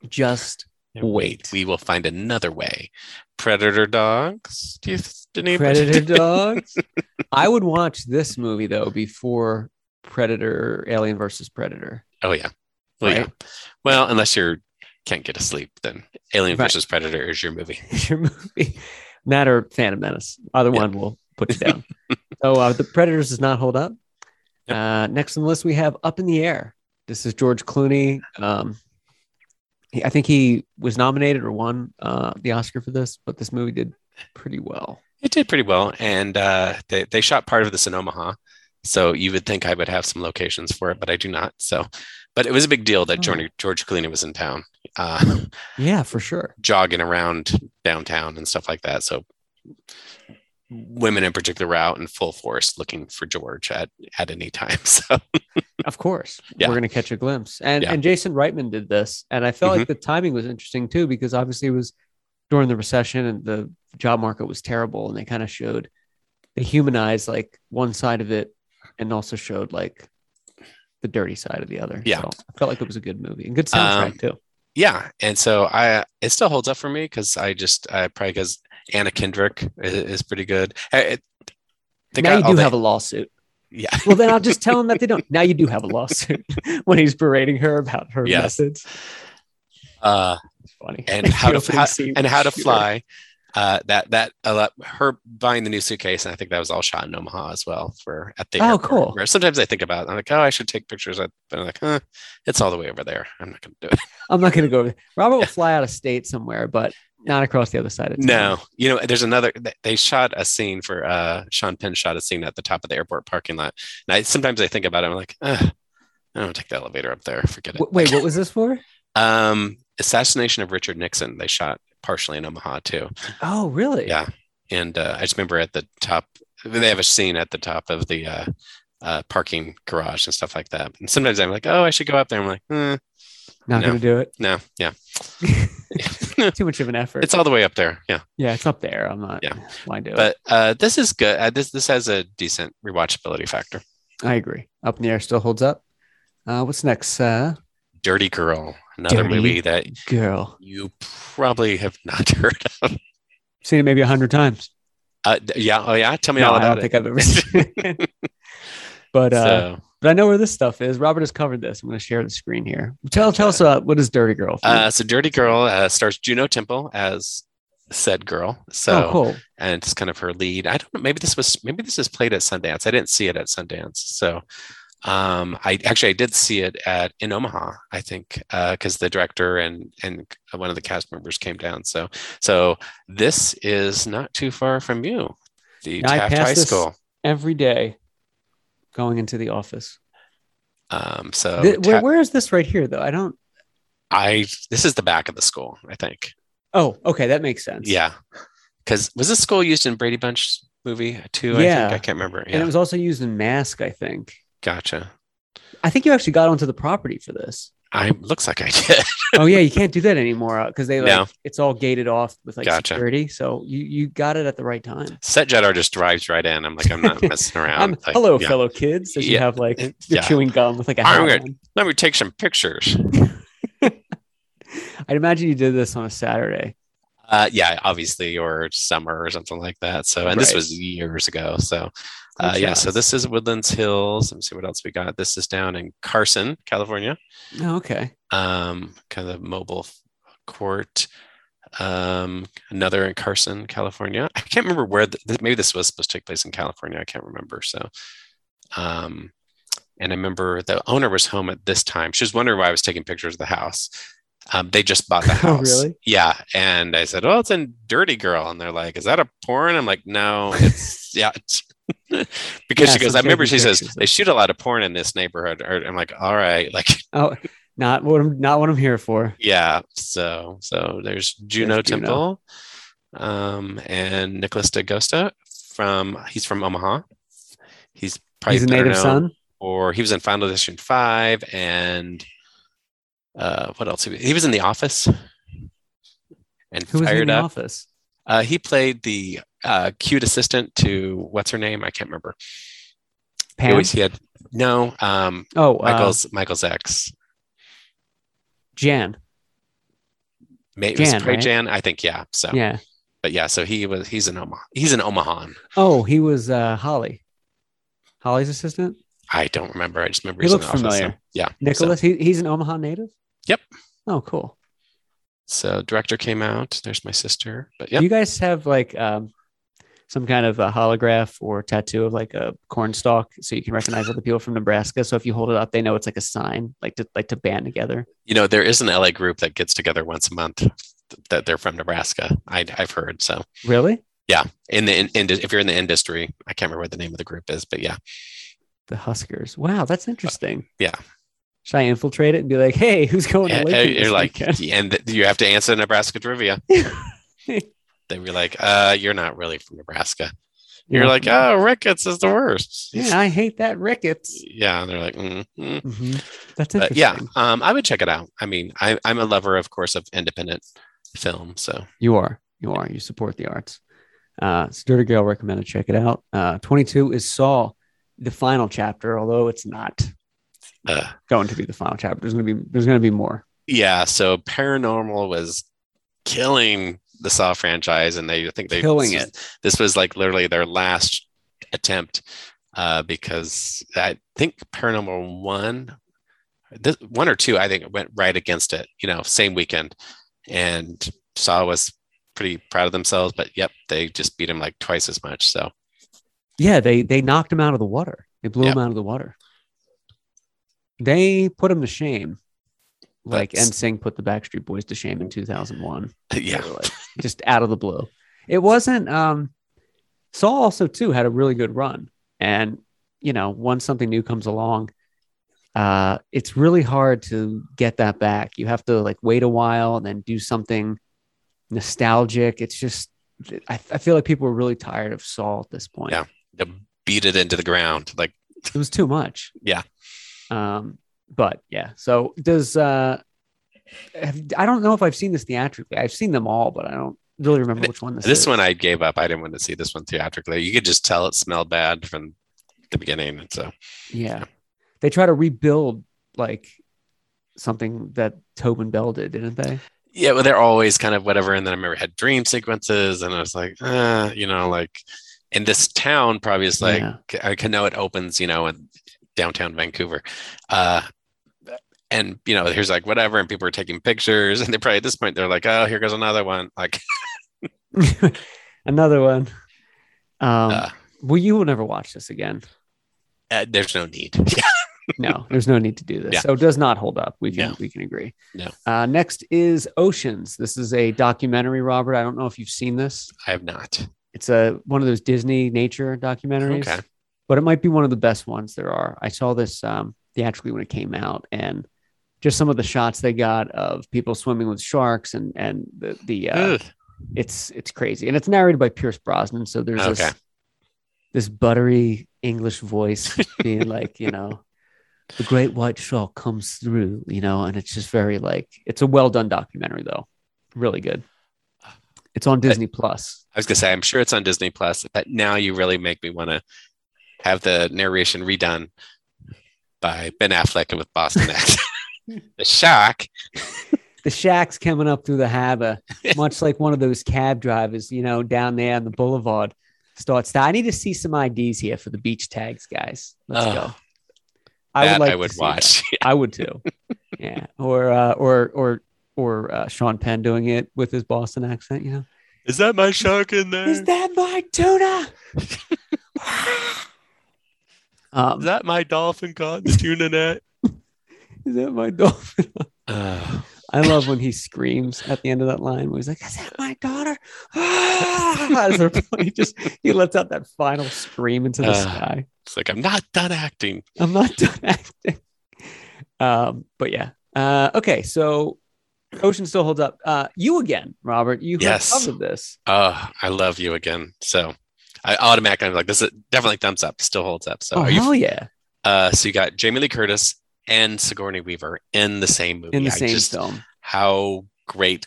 Speaker 2: Just
Speaker 1: Wait, we will find another way. Predator dogs. Do you th- did anybody- <laughs>
Speaker 2: Predator dogs. I would watch this movie though before Predator Alien versus Predator. <laughs>
Speaker 1: Oh yeah. Well, yeah.
Speaker 2: Right.
Speaker 1: Well, unless you're can't get to sleep, then Alien
Speaker 2: Right.
Speaker 1: versus Predator is your movie.
Speaker 2: your movie. That or Phantom Menace. Either
Speaker 1: Yeah.
Speaker 2: one will put you down. so uh, the Predators does not hold up. Uh, next on the list we have Up in the Air. This is George Clooney. Um, he, I think he was nominated or won uh, the Oscar for this, but this movie did pretty well.
Speaker 1: It did pretty well, and uh, they they shot part of this in Omaha, so you would think I would have some locations for it, but I do not. So, but it was a big deal that
Speaker 2: Oh.
Speaker 1: George George Clooney was in town, uh,
Speaker 2: Yeah, for sure.
Speaker 1: jogging around downtown and stuff like that. So. Women in particular were out in full force looking for George at, at any time. <laughs> So
Speaker 2: Of course,
Speaker 1: Yeah.
Speaker 2: we're going to catch a glimpse. And
Speaker 1: Yeah. Mm-hmm.
Speaker 2: and Jason Reitman did this, and I felt like the timing was interesting too because obviously it was during the recession and the job market was terrible, and they kind of showed they humanized like one side of it, and also showed like the dirty side of the other.
Speaker 1: Yeah.
Speaker 2: so I felt like it was a good movie and good soundtrack
Speaker 1: Um,
Speaker 2: too.
Speaker 1: yeah and so i it still holds up for me because i just i probably because anna kendrick i- is, pretty good I- I- they
Speaker 2: Now
Speaker 1: got
Speaker 2: you
Speaker 1: all
Speaker 2: do
Speaker 1: the-
Speaker 2: have a lawsuit.
Speaker 1: yeah
Speaker 2: Well, then I'll just tell him that they don't. Now you do have a lawsuit <laughs> when he's berating her about her
Speaker 1: Yes.
Speaker 2: methods.
Speaker 1: uh
Speaker 2: It's funny.
Speaker 1: and how
Speaker 2: <laughs> The
Speaker 1: to
Speaker 2: opening
Speaker 1: how,
Speaker 2: scene
Speaker 1: and
Speaker 2: was
Speaker 1: how to
Speaker 2: sure.
Speaker 1: fly uh that that a lot, her buying the new suitcase and i think that was all shot in omaha as well for at the
Speaker 2: Oh,
Speaker 1: airport,
Speaker 2: cool.
Speaker 1: where sometimes i think about it, i'm like oh i should take pictures of it, but i'm like huh, it's all the way over there i'm not gonna do it
Speaker 2: I'm not going to go. over there. Robert will
Speaker 1: Yeah.
Speaker 2: fly out of state somewhere, but not across the other side of town.
Speaker 1: No, you know, there's another. th- They shot a scene for uh, Sean Penn shot a scene at the top of the airport parking lot. And I sometimes I think about it. I'm like, Ugh, I don't take the elevator up there. Forget it.
Speaker 2: W- wait, what was this for?
Speaker 1: Um, assassination of Richard Nixon. They shot partially in Omaha too.
Speaker 2: Oh, really?
Speaker 1: Yeah. And uh, I just remember at the top, they have a scene at the top of the uh, uh, parking garage and stuff like that. And sometimes I'm like, oh, I should go up there. I'm like, eh,
Speaker 2: Not
Speaker 1: No.
Speaker 2: going to do it. <laughs>
Speaker 1: no, yeah, <laughs>
Speaker 2: Too much of an effort.
Speaker 1: it's all the way up there. Yeah.
Speaker 2: yeah, it's up there. I'm not.
Speaker 1: Yeah.
Speaker 2: Why do it?
Speaker 1: But uh, this is good. Uh, this this has a decent rewatchability factor.
Speaker 2: I agree. Up in the air still holds up. Uh, what's next? Uh,
Speaker 1: Dirty Girl, another
Speaker 2: Dirty.
Speaker 1: movie that
Speaker 2: girl.
Speaker 1: you probably have not <laughs> heard of.
Speaker 2: Seen it maybe a hundred times.
Speaker 1: Uh, d- yeah, oh yeah, tell me
Speaker 2: no,
Speaker 1: all
Speaker 2: I
Speaker 1: about
Speaker 2: don't
Speaker 1: it. <laughs>
Speaker 2: think I've ever seen it. but uh,
Speaker 1: so,
Speaker 2: But I know where this stuff is. Robert has covered this. I'm going to share the screen here. Tell tell us uh, what is Dirty Girl?
Speaker 1: Uh, so Dirty Girl uh, stars Juno Temple as said girl. So
Speaker 2: oh, cool.
Speaker 1: and it's kind of her lead. I don't know. Maybe this was maybe this is played at Sundance. I didn't see it at Sundance. So um, I actually I did see it at in Omaha. I think because the director and and one of the cast members came down. So so this is not too far from you, the
Speaker 2: Yeah, I
Speaker 1: Taft
Speaker 2: passed
Speaker 1: High
Speaker 2: this-
Speaker 1: School.
Speaker 2: Every day, going into the office.
Speaker 1: Um, so
Speaker 2: Thi- where,
Speaker 1: Ta-
Speaker 2: where is this right here though? I don't.
Speaker 1: I this is the back of the school. I think.
Speaker 2: Oh, okay, that makes sense.
Speaker 1: Yeah, because was this school used in Brady Bunch movie too? I
Speaker 2: Yeah.
Speaker 1: think I can't remember.
Speaker 2: And
Speaker 1: Yeah,
Speaker 2: it was also used in Mask, I think.
Speaker 1: gotcha.
Speaker 2: I think you actually got onto the property for this.
Speaker 1: I looks like I did. <laughs>
Speaker 2: oh yeah, you can't do that anymore because they like
Speaker 1: No.
Speaker 2: it's all gated off with like
Speaker 1: Gotcha.
Speaker 2: security. So you you got it at the right time.
Speaker 1: Set Jedar just drives right in. I'm like,
Speaker 2: <laughs>
Speaker 1: I'm not messing around.
Speaker 2: I'm,
Speaker 1: Like,
Speaker 2: hello,
Speaker 1: yeah.
Speaker 2: fellow kids. As you
Speaker 1: Yeah.
Speaker 2: have
Speaker 1: <laughs>
Speaker 2: like
Speaker 1: It-
Speaker 2: you're
Speaker 1: yeah.
Speaker 2: chewing gum with like a
Speaker 1: I'm
Speaker 2: hat
Speaker 1: gonna-
Speaker 2: on.
Speaker 1: Let me take some pictures.
Speaker 2: I'd imagine you did this on a Saturday.
Speaker 1: Uh, yeah, obviously, or summer or something like that. So, and this
Speaker 2: Right.
Speaker 1: was years ago. So, uh,
Speaker 2: Good
Speaker 1: yeah. So
Speaker 2: shots.
Speaker 1: this is Woodlands Hills. Let me see what else we got. This is down in Carson, California.
Speaker 2: Oh, okay.
Speaker 1: um, kind of mobile f- court. Um, another in Carson, California. I can't remember where. th- th- maybe this was supposed to take place in California. I can't remember. So, um, and I remember the owner was home at this time. She was wondering why I was taking pictures of the house. Um, they just
Speaker 2: <laughs>
Speaker 1: bought the
Speaker 2: Oh,
Speaker 1: house.
Speaker 2: really?
Speaker 1: Yeah. And I said, "Oh, it's in Dirty Girl," and they're like, "Is that a porn?" I'm like, "No,
Speaker 2: <laughs>
Speaker 1: it's yeah." <laughs> it's- because
Speaker 2: Yeah,
Speaker 1: she goes,
Speaker 2: so
Speaker 1: I remember
Speaker 2: taking
Speaker 1: she says
Speaker 2: pictures of-
Speaker 1: they shoot a lot of porn in this neighborhood. Or I'm like, all right, like
Speaker 2: Oh, not what I'm not what I'm here for.
Speaker 1: yeah so so there's juno
Speaker 2: There's Juno.
Speaker 1: temple um and nicholas dagosta from he's from omaha he's probably
Speaker 2: He's a
Speaker 1: better
Speaker 2: native
Speaker 1: known
Speaker 2: son.
Speaker 1: or he was in final destination 5 and uh what else he was, he was in the office and
Speaker 2: Who was in
Speaker 1: fired
Speaker 2: the
Speaker 1: up
Speaker 2: office?
Speaker 1: uh he played the uh cute assistant to what's her name i can't remember He
Speaker 2: Pam.
Speaker 1: always- he had no um
Speaker 2: Oh, uh,
Speaker 1: michael's michael's ex
Speaker 2: Jan.
Speaker 1: May, it was
Speaker 2: Jan,
Speaker 1: probably
Speaker 2: right?
Speaker 1: Jan, I think, yeah. So,
Speaker 2: Yeah.
Speaker 1: but yeah, so he was he's an Omaha he's an Omahan.
Speaker 2: Oh, he was uh, Holly. Holly's assistant.
Speaker 1: I don't remember. I just remember
Speaker 2: He
Speaker 1: he's in the
Speaker 2: looks
Speaker 1: office. so-
Speaker 2: familiar.
Speaker 1: yeah.
Speaker 2: Nicholas. He, he's an Omaha native.
Speaker 1: Yep.
Speaker 2: Oh, cool.
Speaker 1: So, so director came out. There's my sister. But yeah,
Speaker 2: Do you guys have like um, some kind of a holograph or tattoo of like a corn stalk so you can recognize other people from Nebraska? So if you hold it up, they know it's like a sign, like to like to band together.
Speaker 1: you know, there is an LA group that gets together once a month th- that they're from Nebraska. I, I've heard. So
Speaker 2: Really?
Speaker 1: in the in, in, if you're in the industry, I can't remember what the name of the group is, but yeah,
Speaker 2: The Huskers. Wow, that's interesting.
Speaker 1: Uh, yeah.
Speaker 2: Should I infiltrate it and be like, hey, who's going to
Speaker 1: And-
Speaker 2: Lincoln?
Speaker 1: and Eh, you're
Speaker 2: this
Speaker 1: like,
Speaker 2: weekend?"
Speaker 1: and th- you have to answer
Speaker 2: <laughs>
Speaker 1: Nebraska trivia. they were like, uh, you're not really from Nebraska. You're like, oh, Ricketts is the worst.
Speaker 2: yeah, I hate that rickets.
Speaker 1: Yeah, and they're like, mm, mm.
Speaker 2: Mhm. That's
Speaker 1: but
Speaker 2: interesting.
Speaker 1: yeah, um, I would check it out. I mean, I, I'm a lover, of course, of independent film. So
Speaker 2: You are. You are. You support the arts. Uh, it's Dirty Girl recommended. Check it out. Uh, 22 is Saw, the final chapter, although it's not
Speaker 1: uh,
Speaker 2: going to be the final chapter. There's going to be there's going to be more.
Speaker 1: yeah, so Paranormal was killing the Saw franchise, and they I think they
Speaker 2: Killing
Speaker 1: this
Speaker 2: it.
Speaker 1: was- this was like literally their last attempt uh, because I think Paranormal one, this, one or two, I think went right against it. You know, same weekend, and Saw was pretty proud of themselves, but yep, they just beat him like twice as much. So <laughs>
Speaker 2: Yeah, they they knocked him out of the water. They blew
Speaker 1: Yep.
Speaker 2: him out of the water. They put him to shame. Like
Speaker 1: That's-
Speaker 2: NSYNC put the Backstreet Boys to shame in 2001.
Speaker 1: yeah,
Speaker 2: They were, like, just out of the blue. It wasn't um Saul also too had a really good run. And you know, once something new comes along, uh it's really hard to get that back. You have to like wait a while and then do something nostalgic. It's just I, I feel like people were really tired of Saul at this point.
Speaker 1: Yeah. beat it into the ground like.
Speaker 2: It was too much.
Speaker 1: Yeah.
Speaker 2: Um, but yeah. So does uh have, I don't know if I've seen this theatrically. I've seen them all, but I don't really remember which one this,
Speaker 1: This
Speaker 2: is.
Speaker 1: one I gave up. I didn't want to see this one theatrically. You could just tell it smelled bad from the beginning. And so,
Speaker 2: Yeah. They try to rebuild like something that Tobin Bell did, didn't they?
Speaker 1: <laughs> yeah, well, they're always kind of whatever. And then I remember it had dream sequences, and I was like, "Ah," uh, you know, like, and this town probably is like,
Speaker 2: Yeah.
Speaker 1: I can know it opens, you know, and downtown Vancouver. Uh, and you know, here's like whatever, and people are taking pictures, <laughs> and they probably at this point they're like, oh, here goes another one. Like,
Speaker 2: Another one. Um,
Speaker 1: uh,
Speaker 2: well, you will never watch this again.
Speaker 1: uh, there's no need. <laughs>
Speaker 2: No, there's no need to do this.
Speaker 1: Yeah.
Speaker 2: So it does not hold up. We can
Speaker 1: No.
Speaker 2: we can agree.
Speaker 1: No.
Speaker 2: Uh, next is Oceans. This is a documentary, Robert. I don't know if you've seen this.
Speaker 1: I have not.
Speaker 2: It's a one of those Disney nature documentaries.
Speaker 1: Okay.
Speaker 2: But it might be one of the best ones there are. I saw this um, theatrically when it came out, and just some of the shots they got of people swimming with sharks and and the the uh,
Speaker 1: Ugh.
Speaker 2: it's it's crazy and it's narrated by Pierce Brosnan. So there's
Speaker 1: Okay.
Speaker 2: this this buttery English
Speaker 1: <laughs>
Speaker 2: voice being like, you know, the great white shark comes through, you know, and it's just very like it's a well done documentary though, really good. It's on Disney Plus.
Speaker 1: I was gonna say, I'm sure it's on Disney Plus, but now you really make me want to have the narration redone by Ben Affleck with
Speaker 2: <laughs>
Speaker 1: Boston accent. <laughs> the shock.
Speaker 2: The shacks coming up through the harbor,
Speaker 1: <laughs>
Speaker 2: much like one of those cab drivers, you know, down there on the boulevard. Starts. I need to see some IDs here for the beach tags, guys. Let's
Speaker 1: Oh,
Speaker 2: go.
Speaker 1: That I would,
Speaker 2: to see that.
Speaker 1: watch.
Speaker 2: I would
Speaker 1: <laughs>
Speaker 2: too. yeah, or uh, or or or uh, Sean Penn doing it with his Boston accent. You know,
Speaker 1: Is that my shark in there? Is
Speaker 2: that my
Speaker 1: <laughs>
Speaker 2: tuna? um,
Speaker 1: that my dolphin caught in the tuna net?
Speaker 2: is that my dolphin?
Speaker 1: Oh,
Speaker 2: I love when he screams at the end of that line. Where he's like, "Is that my daughter?" Ah! As they're playing, he just he lets out that final scream into the
Speaker 1: Uh.
Speaker 2: sky.
Speaker 1: <sighs> it's like I'm not done acting.
Speaker 2: I'm not <laughs> done acting. Um, but yeah. Uh, okay, so Ocean still holds up. Uh, you again, Robert. You have
Speaker 1: Yes.
Speaker 2: covered this.
Speaker 1: Oh, I love you again. So I automatically I'm like this is definitely thumbs up. Still holds up. So
Speaker 2: oh
Speaker 1: are you?
Speaker 2: hell yeah!
Speaker 1: Uh, so you got Jamie Lee Curtis and Sigourney Weaver in the same movie.
Speaker 2: In the
Speaker 1: I
Speaker 2: same
Speaker 1: just-
Speaker 2: film,
Speaker 1: how great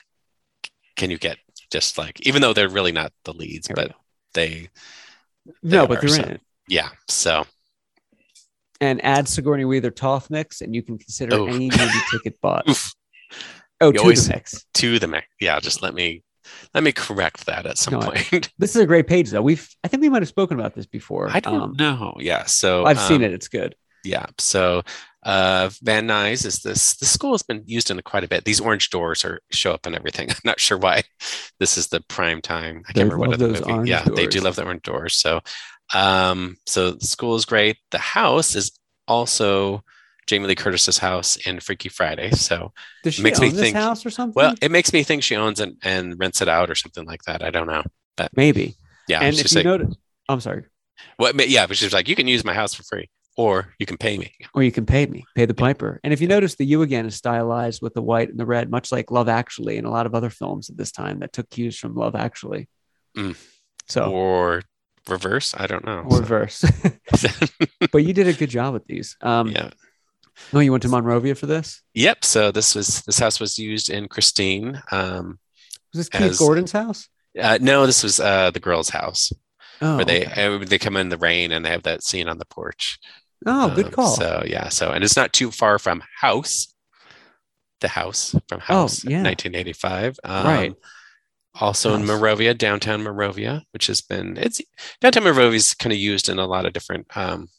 Speaker 1: can you get? Just like, even though they're really not the leads,
Speaker 2: There we
Speaker 1: but they,
Speaker 2: no, but
Speaker 1: are
Speaker 2: they're
Speaker 1: some-
Speaker 2: in it.
Speaker 1: yeah. So
Speaker 2: And add Sigourney Weaver Toth mix, and you can consider
Speaker 1: Oh.
Speaker 2: any movie
Speaker 1: <laughs>
Speaker 2: ticket bought.
Speaker 1: Oof.
Speaker 2: Oh,
Speaker 1: You
Speaker 2: to
Speaker 1: always-
Speaker 2: the mix.
Speaker 1: to the mech, yeah. Just let me let me correct that at some
Speaker 2: No, I-
Speaker 1: point. <laughs>
Speaker 2: This is a great page, though. We've I think we might have spoken about this before. Um,
Speaker 1: I don't know. Yeah. So
Speaker 2: I've seen
Speaker 1: um,
Speaker 2: it. It's good.
Speaker 1: Yeah. So uh, Van Nuys is this. The school has been used in quite a bit. These orange doors are show up in everything. <laughs> I'm not sure why. This is the prime time. I
Speaker 2: They
Speaker 1: can't remember what
Speaker 2: love
Speaker 1: other
Speaker 2: those
Speaker 1: movie.
Speaker 2: orange
Speaker 1: Yeah, they do
Speaker 2: doors.
Speaker 1: love the orange doors. So, um, so the school is great. The house is also Jamie Lee Curtis's house in Freaky Friday. So,
Speaker 2: Does she
Speaker 1: makes
Speaker 2: own
Speaker 1: me
Speaker 2: this
Speaker 1: think-
Speaker 2: house or something?
Speaker 1: well, it makes me think she owns and and rents it out or something like that. I don't know.
Speaker 2: maybe.
Speaker 1: Yeah,
Speaker 2: and if
Speaker 1: she's
Speaker 2: you
Speaker 1: like,
Speaker 2: notice, I'm sorry.
Speaker 1: what? Yeah, but she's like, you can use my house for free, or you can pay me.
Speaker 2: Or you can pay me, pay the piper. And if you notice, the U again is stylized with the white and the red, much like Love Actually and a lot of other films at this time that took cues from Love Actually.
Speaker 1: Mm.
Speaker 2: So
Speaker 1: or reverse. I don't know.
Speaker 2: or
Speaker 1: <laughs>
Speaker 2: reverse. but you did a good job with these. Um,
Speaker 1: yeah.
Speaker 2: No, you went to Monrovia for this.
Speaker 1: Yep. So this was this house was used in Christine. Um,
Speaker 2: Was this Keith
Speaker 1: As-
Speaker 2: Gordon's house?
Speaker 1: uh, no, this was uh, the girl's house
Speaker 2: Oh,
Speaker 1: where they
Speaker 2: okay.
Speaker 1: uh, they come in the rain and they have that scene on the porch.
Speaker 2: oh, good
Speaker 1: Um,
Speaker 2: call.
Speaker 1: So yeah. So and it's not too far from House, the house from House,
Speaker 2: Oh, yeah.
Speaker 1: 1985. Um,
Speaker 2: Right.
Speaker 1: Also in
Speaker 2: House.
Speaker 1: Morovia, downtown Morovia, which has been it's downtown Morovia is kind of used in a lot of different. Um,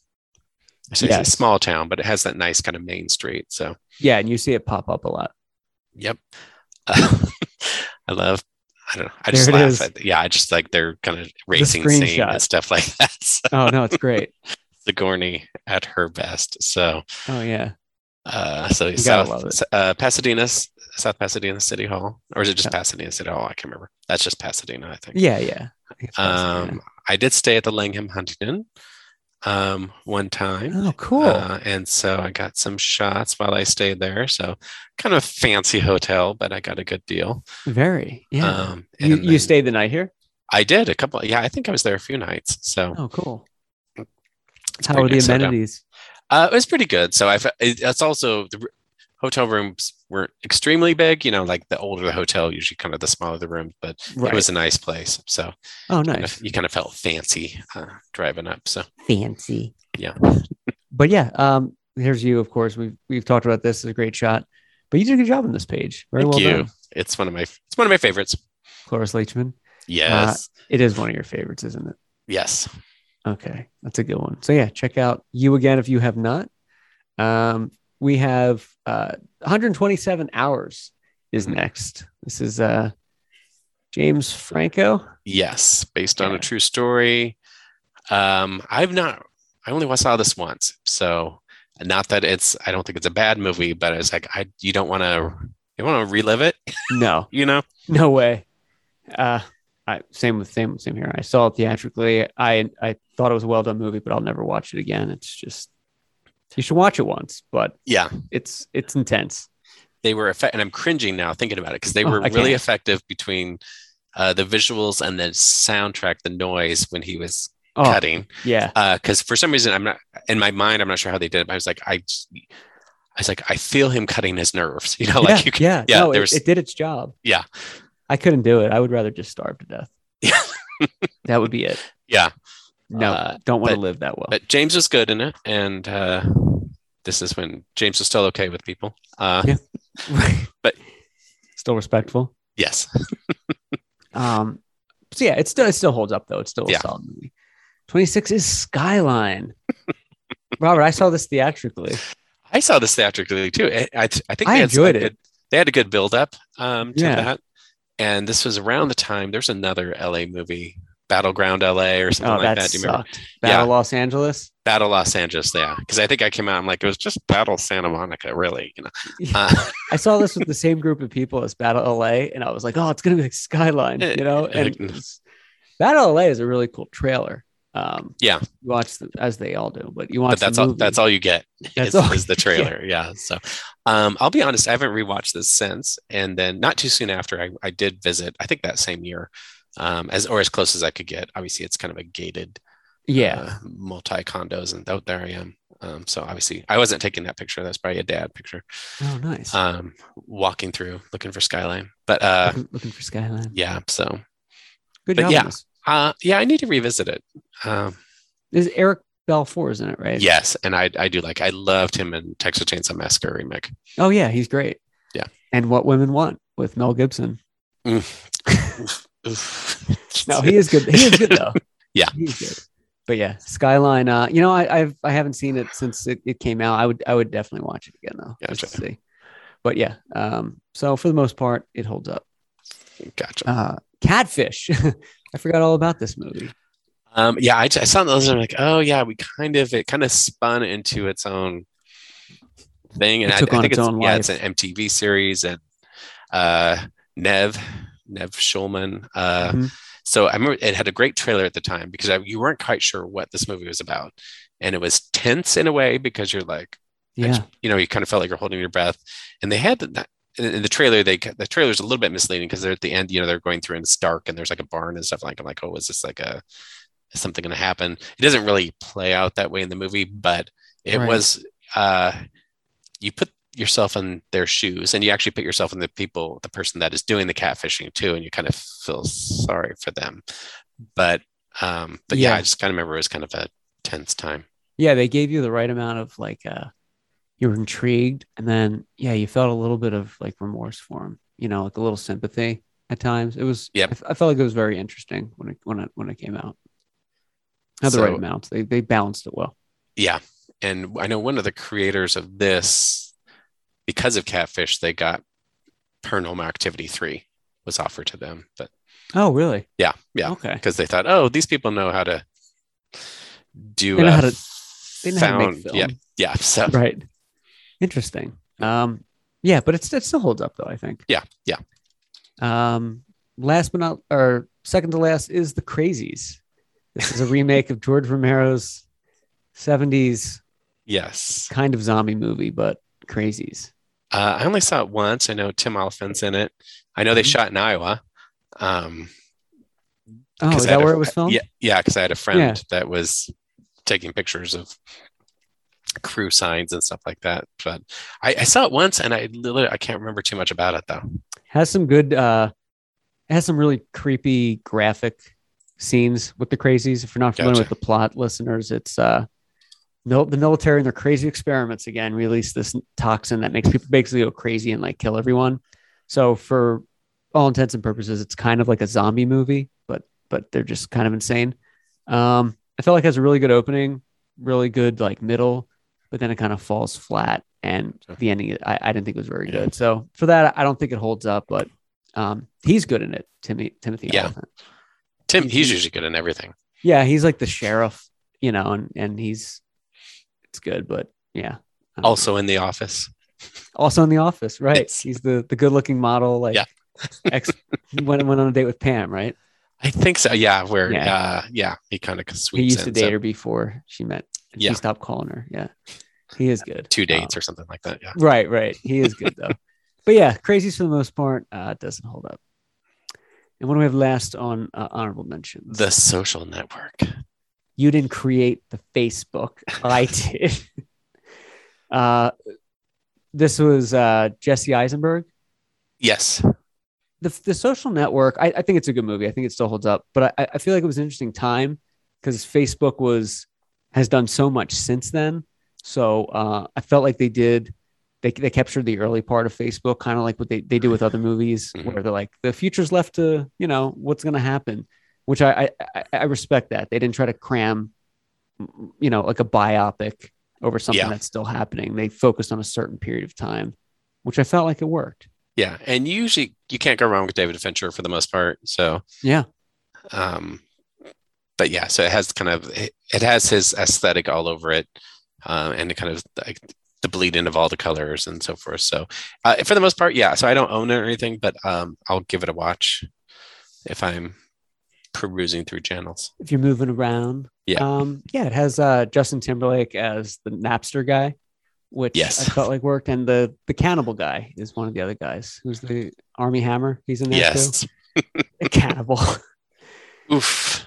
Speaker 1: I say
Speaker 2: Yes.
Speaker 1: it's a small town, but it has that nice kind of main street. So
Speaker 2: yeah, and you see it pop up a lot.
Speaker 1: Yep. <laughs> Uh, I love. I don't know. I just
Speaker 2: There it
Speaker 1: laugh
Speaker 2: is.
Speaker 1: at. Yeah, I just like they're kind of racing scene
Speaker 2: screenshot.
Speaker 1: and stuff like <laughs> that. So
Speaker 2: Oh no, it's great.
Speaker 1: Sigourney at her best. So,
Speaker 2: oh
Speaker 1: <laughs>
Speaker 2: yeah,
Speaker 1: uh, so
Speaker 2: gotta love
Speaker 1: South
Speaker 2: it.
Speaker 1: S- uh, Pasadena, South Pasadena City Hall, or is it just
Speaker 2: Yeah.
Speaker 1: Pasadena City Hall? I can't remember. That's just Pasadena, I think.
Speaker 2: yeah, yeah. I think it's
Speaker 1: Um,
Speaker 2: fascinating.
Speaker 1: I did stay at the Langham Huntington, um, one time.
Speaker 2: oh cool.
Speaker 1: Uh, and so I got some shots while I stayed there. So kind of fancy hotel, but I got a good deal.
Speaker 2: Very. Yeah.
Speaker 1: Um,
Speaker 2: you
Speaker 1: and
Speaker 2: you
Speaker 1: then-
Speaker 2: stayed the night here?
Speaker 1: I did a couple. Yeah, I think I was there a few nights. So
Speaker 2: Oh cool.
Speaker 1: it's
Speaker 2: How
Speaker 1: pretty
Speaker 2: are the
Speaker 1: nice hotel.
Speaker 2: amenities?
Speaker 1: Uh, it was pretty good. So I, fe- it- that's also the r- hotel rooms were extremely big. You know, like the older the hotel, usually kind of the smaller the room, but
Speaker 2: Right.
Speaker 1: it was a nice place. So
Speaker 2: oh
Speaker 1: kind
Speaker 2: nice.
Speaker 1: of- you kind of felt fancy uh, driving up. So
Speaker 2: Fancy.
Speaker 1: Yeah.
Speaker 2: <laughs> but yeah, um, here's you. Of course, we've we've talked about this. It's a great shot. But you did a good job on this page. Very
Speaker 1: Thank
Speaker 2: well
Speaker 1: you.
Speaker 2: done, Uh,
Speaker 1: it's one of my it's one of my favorites.
Speaker 2: Cloris Leachman.
Speaker 1: Yes,
Speaker 2: It is one of your favorites, isn't it?
Speaker 1: yes.
Speaker 2: Okay, that's a good one. So yeah, check out you again if you have not. Um, we have uh, 127 hours is
Speaker 1: Mhm.
Speaker 2: next. This is uh, James Franco.
Speaker 1: Yes, based on
Speaker 2: Yeah.
Speaker 1: a true story. Um, I've not. I only saw this once, so not that it's. I don't think it's a bad movie, but it's like I. You don't want to. You want to relive it,
Speaker 2: No,
Speaker 1: you know?
Speaker 2: no way. Uh, I, same with same same here. I saw it theatrically. I I thought it was a well done movie, but I'll never watch it again. It's just you should watch it once, but
Speaker 1: Yeah,
Speaker 2: it's it's intense.
Speaker 1: they were effect, and I'm cringing now thinking about it because they
Speaker 2: Oh,
Speaker 1: were
Speaker 2: I
Speaker 1: really
Speaker 2: can't.
Speaker 1: effective between uh, the visuals and the soundtrack, the noise when he was
Speaker 2: Oh
Speaker 1: cutting.
Speaker 2: yeah,
Speaker 1: because for some reason I'm not in my mind. I'm not sure how they did it. But I was like, I, just- I was like, I feel him cutting his nerves. <laughs> You know, like
Speaker 2: yeah,
Speaker 1: you can,
Speaker 2: yeah,
Speaker 1: yeah,
Speaker 2: No, it,
Speaker 1: there was-
Speaker 2: it did its job.
Speaker 1: Yeah.
Speaker 2: I couldn't do it. I would rather just starve to death.
Speaker 1: Yeah.
Speaker 2: that would be it.
Speaker 1: yeah.
Speaker 2: No,
Speaker 1: Uh,
Speaker 2: don't want to
Speaker 1: but-
Speaker 2: live that well.
Speaker 1: But James was good in it, and uh, this is when James was still okay with people. Uh,
Speaker 2: Yeah.
Speaker 1: but-
Speaker 2: <laughs> still respectful.
Speaker 1: yes,
Speaker 2: Um, so yeah, it still it still holds up though. It's still
Speaker 1: Yeah.
Speaker 2: a solid movie. Twenty six is
Speaker 1: <laughs>
Speaker 2: Skyline. Robert, I saw this theatrically.
Speaker 1: I saw this theatrically too. I, I, I think
Speaker 2: I
Speaker 1: they had some
Speaker 2: enjoyed it.
Speaker 1: good- they had a good build up um, to
Speaker 2: Yeah.
Speaker 1: that, and this was around the time there's another LA movie, Battleground LA or something
Speaker 2: Oh, that
Speaker 1: like that. Do you remember
Speaker 2: sucked. Battle
Speaker 1: Yeah.
Speaker 2: Los Angeles.
Speaker 1: Battle Los Angeles? Yeah, because I think I came out. I'm like, it was just Battle Santa Monica, really.
Speaker 2: <laughs>
Speaker 1: You know. Uh,
Speaker 2: I saw this with the same group of people as Battle LA, and I was like, oh, it's gonna be like Skyline, you
Speaker 1: <laughs>
Speaker 2: know. And it's- Battle LA is a really cool trailer. Um,
Speaker 1: Yeah.
Speaker 2: you watch the, as they all do, but you watch
Speaker 1: but that's
Speaker 2: the
Speaker 1: all
Speaker 2: movie.
Speaker 1: that's all you get
Speaker 2: That's
Speaker 1: is,
Speaker 2: all- <laughs>
Speaker 1: is the trailer yeah. so um i'll be honest i haven't rewatched this since and then not too soon after i, I did visit i think that same year um as or as close as i could get obviously it's kind of a gated
Speaker 2: Yeah,
Speaker 1: uh, multi condos and out there i am um so obviously i wasn't taking that picture that's probably a dad picture
Speaker 2: oh nice.
Speaker 1: um walking through looking for skyline but uh
Speaker 2: looking, looking for Skyline.
Speaker 1: yeah so
Speaker 2: Good
Speaker 1: but
Speaker 2: job. on
Speaker 1: yeah.
Speaker 2: this.
Speaker 1: uh yeah i need to revisit it um
Speaker 2: This is Eric Balfour, isn't it? Right.
Speaker 1: yes and i i do like i loved him in texas chainsaw massacre
Speaker 2: <laughs>
Speaker 1: remake
Speaker 2: Oh yeah, he's great.
Speaker 1: Yeah.
Speaker 2: And What Women Want with Mel Gibson.
Speaker 1: Oof.
Speaker 2: No, he is good. He is good though.
Speaker 1: Yeah.
Speaker 2: He is good. But yeah, Skyline. Uh, you know, I, I've I haven't seen it since it, it came out. I would I would definitely watch it again though, just to see. But yeah, um, so for the most part, it holds up.
Speaker 1: <laughs> Gotcha.
Speaker 2: Uh, Catfish. <laughs> I forgot all about this movie.
Speaker 1: Um, yeah, I, I saw those and I'm like, oh yeah, we kind of it kind of spun into its own thing, and
Speaker 2: It
Speaker 1: I,
Speaker 2: took
Speaker 1: I
Speaker 2: on
Speaker 1: think
Speaker 2: its
Speaker 1: it's
Speaker 2: own
Speaker 1: yeah, it's
Speaker 2: life.
Speaker 1: an MTV series, and uh, Nev Nev Schulman. Uh,
Speaker 2: Mhm.
Speaker 1: So I remember it had a great trailer at the time because I, you weren't quite sure what this movie was about, and it was tense in a way because you're like, I
Speaker 2: Yeah.
Speaker 1: just- you know, you kind of felt like you're holding your breath. And they had that in in the trailer. They the trailer's a little bit misleading because they're at the end. You know, they're going through and it's dark and there's like a barn and stuff. Like I'm like, oh, is this like a is something going to happen? It doesn't really play out that way in the movie, but it
Speaker 2: Right.
Speaker 1: was. uh You put yourself in their shoes and you actually put yourself in the people, the person that is doing the catfishing too, and you kind of feel sorry for them. But um, but yeah,
Speaker 2: Yeah.
Speaker 1: I just kind of remember it was kind of a tense time.
Speaker 2: Yeah, they gave you the right amount of like uh you were intrigued and then yeah, you felt a little bit of like remorse for him, you know, like a little sympathy at times. It was yeah, I,
Speaker 1: Yep.
Speaker 2: f- I felt like it was very interesting when it when it when it came out. Had the right
Speaker 1: So-
Speaker 2: amount. They they balanced it well.
Speaker 1: Yeah. And I know one of the creators of this, because of Catfish, they got Paranormal Activity 3 was offered to them. But
Speaker 2: Oh, really?
Speaker 1: yeah, yeah.
Speaker 2: Okay.
Speaker 1: Because they thought, oh, these people know how to do
Speaker 2: They know
Speaker 1: a
Speaker 2: how to- They know how to make
Speaker 1: found-
Speaker 2: film.
Speaker 1: Yeah. Yeah. So
Speaker 2: Right. Interesting. Um yeah, but it's it still holds up though, I think.
Speaker 1: yeah. Yeah.
Speaker 2: Um last but not or second to last is The Crazies. This is a remake of George Romero's 70s
Speaker 1: Yes.
Speaker 2: kind of zombie movie, but crazies.
Speaker 1: Uh, I only saw it once. I know Tim Oliphant's in it. I know they
Speaker 2: Mhm.
Speaker 1: shot in Iowa. Um,
Speaker 2: Oh,
Speaker 1: 'cause
Speaker 2: is
Speaker 1: I had
Speaker 2: that
Speaker 1: a-
Speaker 2: where it was filmed?
Speaker 1: Yeah, yeah, because I had a friend that was taking pictures of crew signs and stuff like that. But I, I saw it once, and I literally I can't remember too much about it though.
Speaker 2: Has some good, uh, it has some really creepy graphic scenes with the crazies. If you're not familiar
Speaker 1: Gotcha.
Speaker 2: with the plot, listeners, it's uh, mil- the military and their crazy experiments again release this toxin that makes people basically go crazy and like kill everyone. So for all intents and purposes, it's kind of like a zombie movie, but but they're just kind of insane. Um, I felt like it has a really good opening, really good like middle, but then it kind of falls flat. And the ending, I, I didn't think was very
Speaker 1: Yeah.
Speaker 2: good. So for that, I don't think it holds up. But um, he's good in it, Timmy Timothy.
Speaker 1: Yeah.
Speaker 2: Oliphant.
Speaker 1: Tim, he's
Speaker 2: Mm-hmm.
Speaker 1: usually good in everything.
Speaker 2: yeah, he's like the sheriff, you know, and and he's it's good, but yeah. I don't know.
Speaker 1: Also in The Office.
Speaker 2: also in the office, right?
Speaker 1: Yes.
Speaker 2: He's the the good looking model, like
Speaker 1: Yeah.
Speaker 2: <laughs> ex he went went on a date with Pam, right?
Speaker 1: I think so. Yeah, where
Speaker 2: Yeah.
Speaker 1: yeah, uh, yeah he kind of sweeps
Speaker 2: He used
Speaker 1: in,
Speaker 2: to date
Speaker 1: so
Speaker 2: her before she met. and
Speaker 1: Yeah.
Speaker 2: She stopped calling her. Yeah, he is good.
Speaker 1: two dates or something like that. Yeah.
Speaker 2: Um, right, right. He is good though. <laughs> but yeah, crazies for the most part uh, doesn't hold up. And what do we have last on uh, honorable mentions?
Speaker 1: The Social Network.
Speaker 2: you didn't create the Facebook. I did. <laughs> Uh, this was uh, Jesse Eisenberg.
Speaker 1: Yes.
Speaker 2: the, the social network I, I think it's a good movie i think it still holds up but i, I feel like it was an interesting time because facebook was has done so much since then so uh, i felt like they did they, they captured the early part of facebook kind of like what they, they do with other movies
Speaker 1: Mhm.
Speaker 2: where they're like the future's left to you know what's going to happen which I, I- I i respect that they didn't try to cram you know like a biopic over something
Speaker 1: Yeah.
Speaker 2: that's still happening they focused on a certain period of time which i felt like it worked
Speaker 1: Yeah, and usually you can't go wrong with David Fincher for the most part. So
Speaker 2: yeah
Speaker 1: um but yeah so it has kind of it, it has his aesthetic all over it um and it kind of like the bleeding of all the colors and so forth so uh, for the most part yeah so i don't own it or anything but um i'll give it a watch if i'm perusing through channels
Speaker 2: if you're moving around.
Speaker 1: Yeah.
Speaker 2: Um, yeah, it has uh, Justin Timberlake as the Napster guy, which
Speaker 1: Yes.
Speaker 2: I felt like worked. And the the cannibal guy is one of the other guys who's the Army Hammer. He's in there too.
Speaker 1: yes
Speaker 2: The cannibal. <laughs>
Speaker 1: oof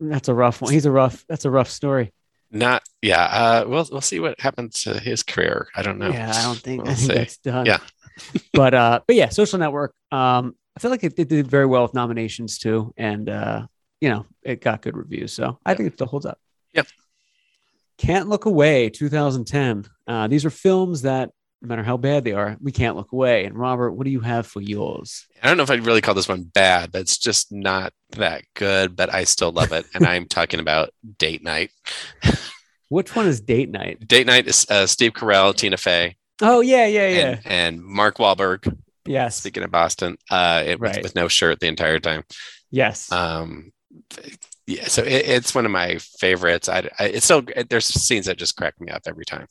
Speaker 2: that's a rough one. He's a rough that's a rough story.
Speaker 1: not yeah uh we'll we'll see what happens to his career i don't know
Speaker 2: Yeah, I don't think,
Speaker 1: We'll
Speaker 2: I think
Speaker 1: see.
Speaker 2: that's done.
Speaker 1: Yeah.
Speaker 2: <laughs> but uh but yeah, social network. Um I feel like it, it did very well with nominations too. And uh, you know, it got good reviews. So I think it still holds up.
Speaker 1: Yep.
Speaker 2: Can't look away, 2010. Uh these are films that no matter how bad they are, we can't look away. And Robert, what do you have for yours?
Speaker 1: I don't know if I'd really call this one bad, but it's just not that good, but I still love it. And I'm talking about Date Night.
Speaker 2: Which one is date night?
Speaker 1: Date Night is uh, Steve Carell, Tina Fey,
Speaker 2: Oh yeah, yeah, yeah.
Speaker 1: and, and Mark Wahlberg.
Speaker 2: yes.
Speaker 1: Speaking of Boston, uh, it, with-
Speaker 2: Right.
Speaker 1: with no shirt the entire time.
Speaker 2: Yes.
Speaker 1: Um, yeah, so it, it's one of my favorites. I, I it's still there's scenes that just crack me up every time.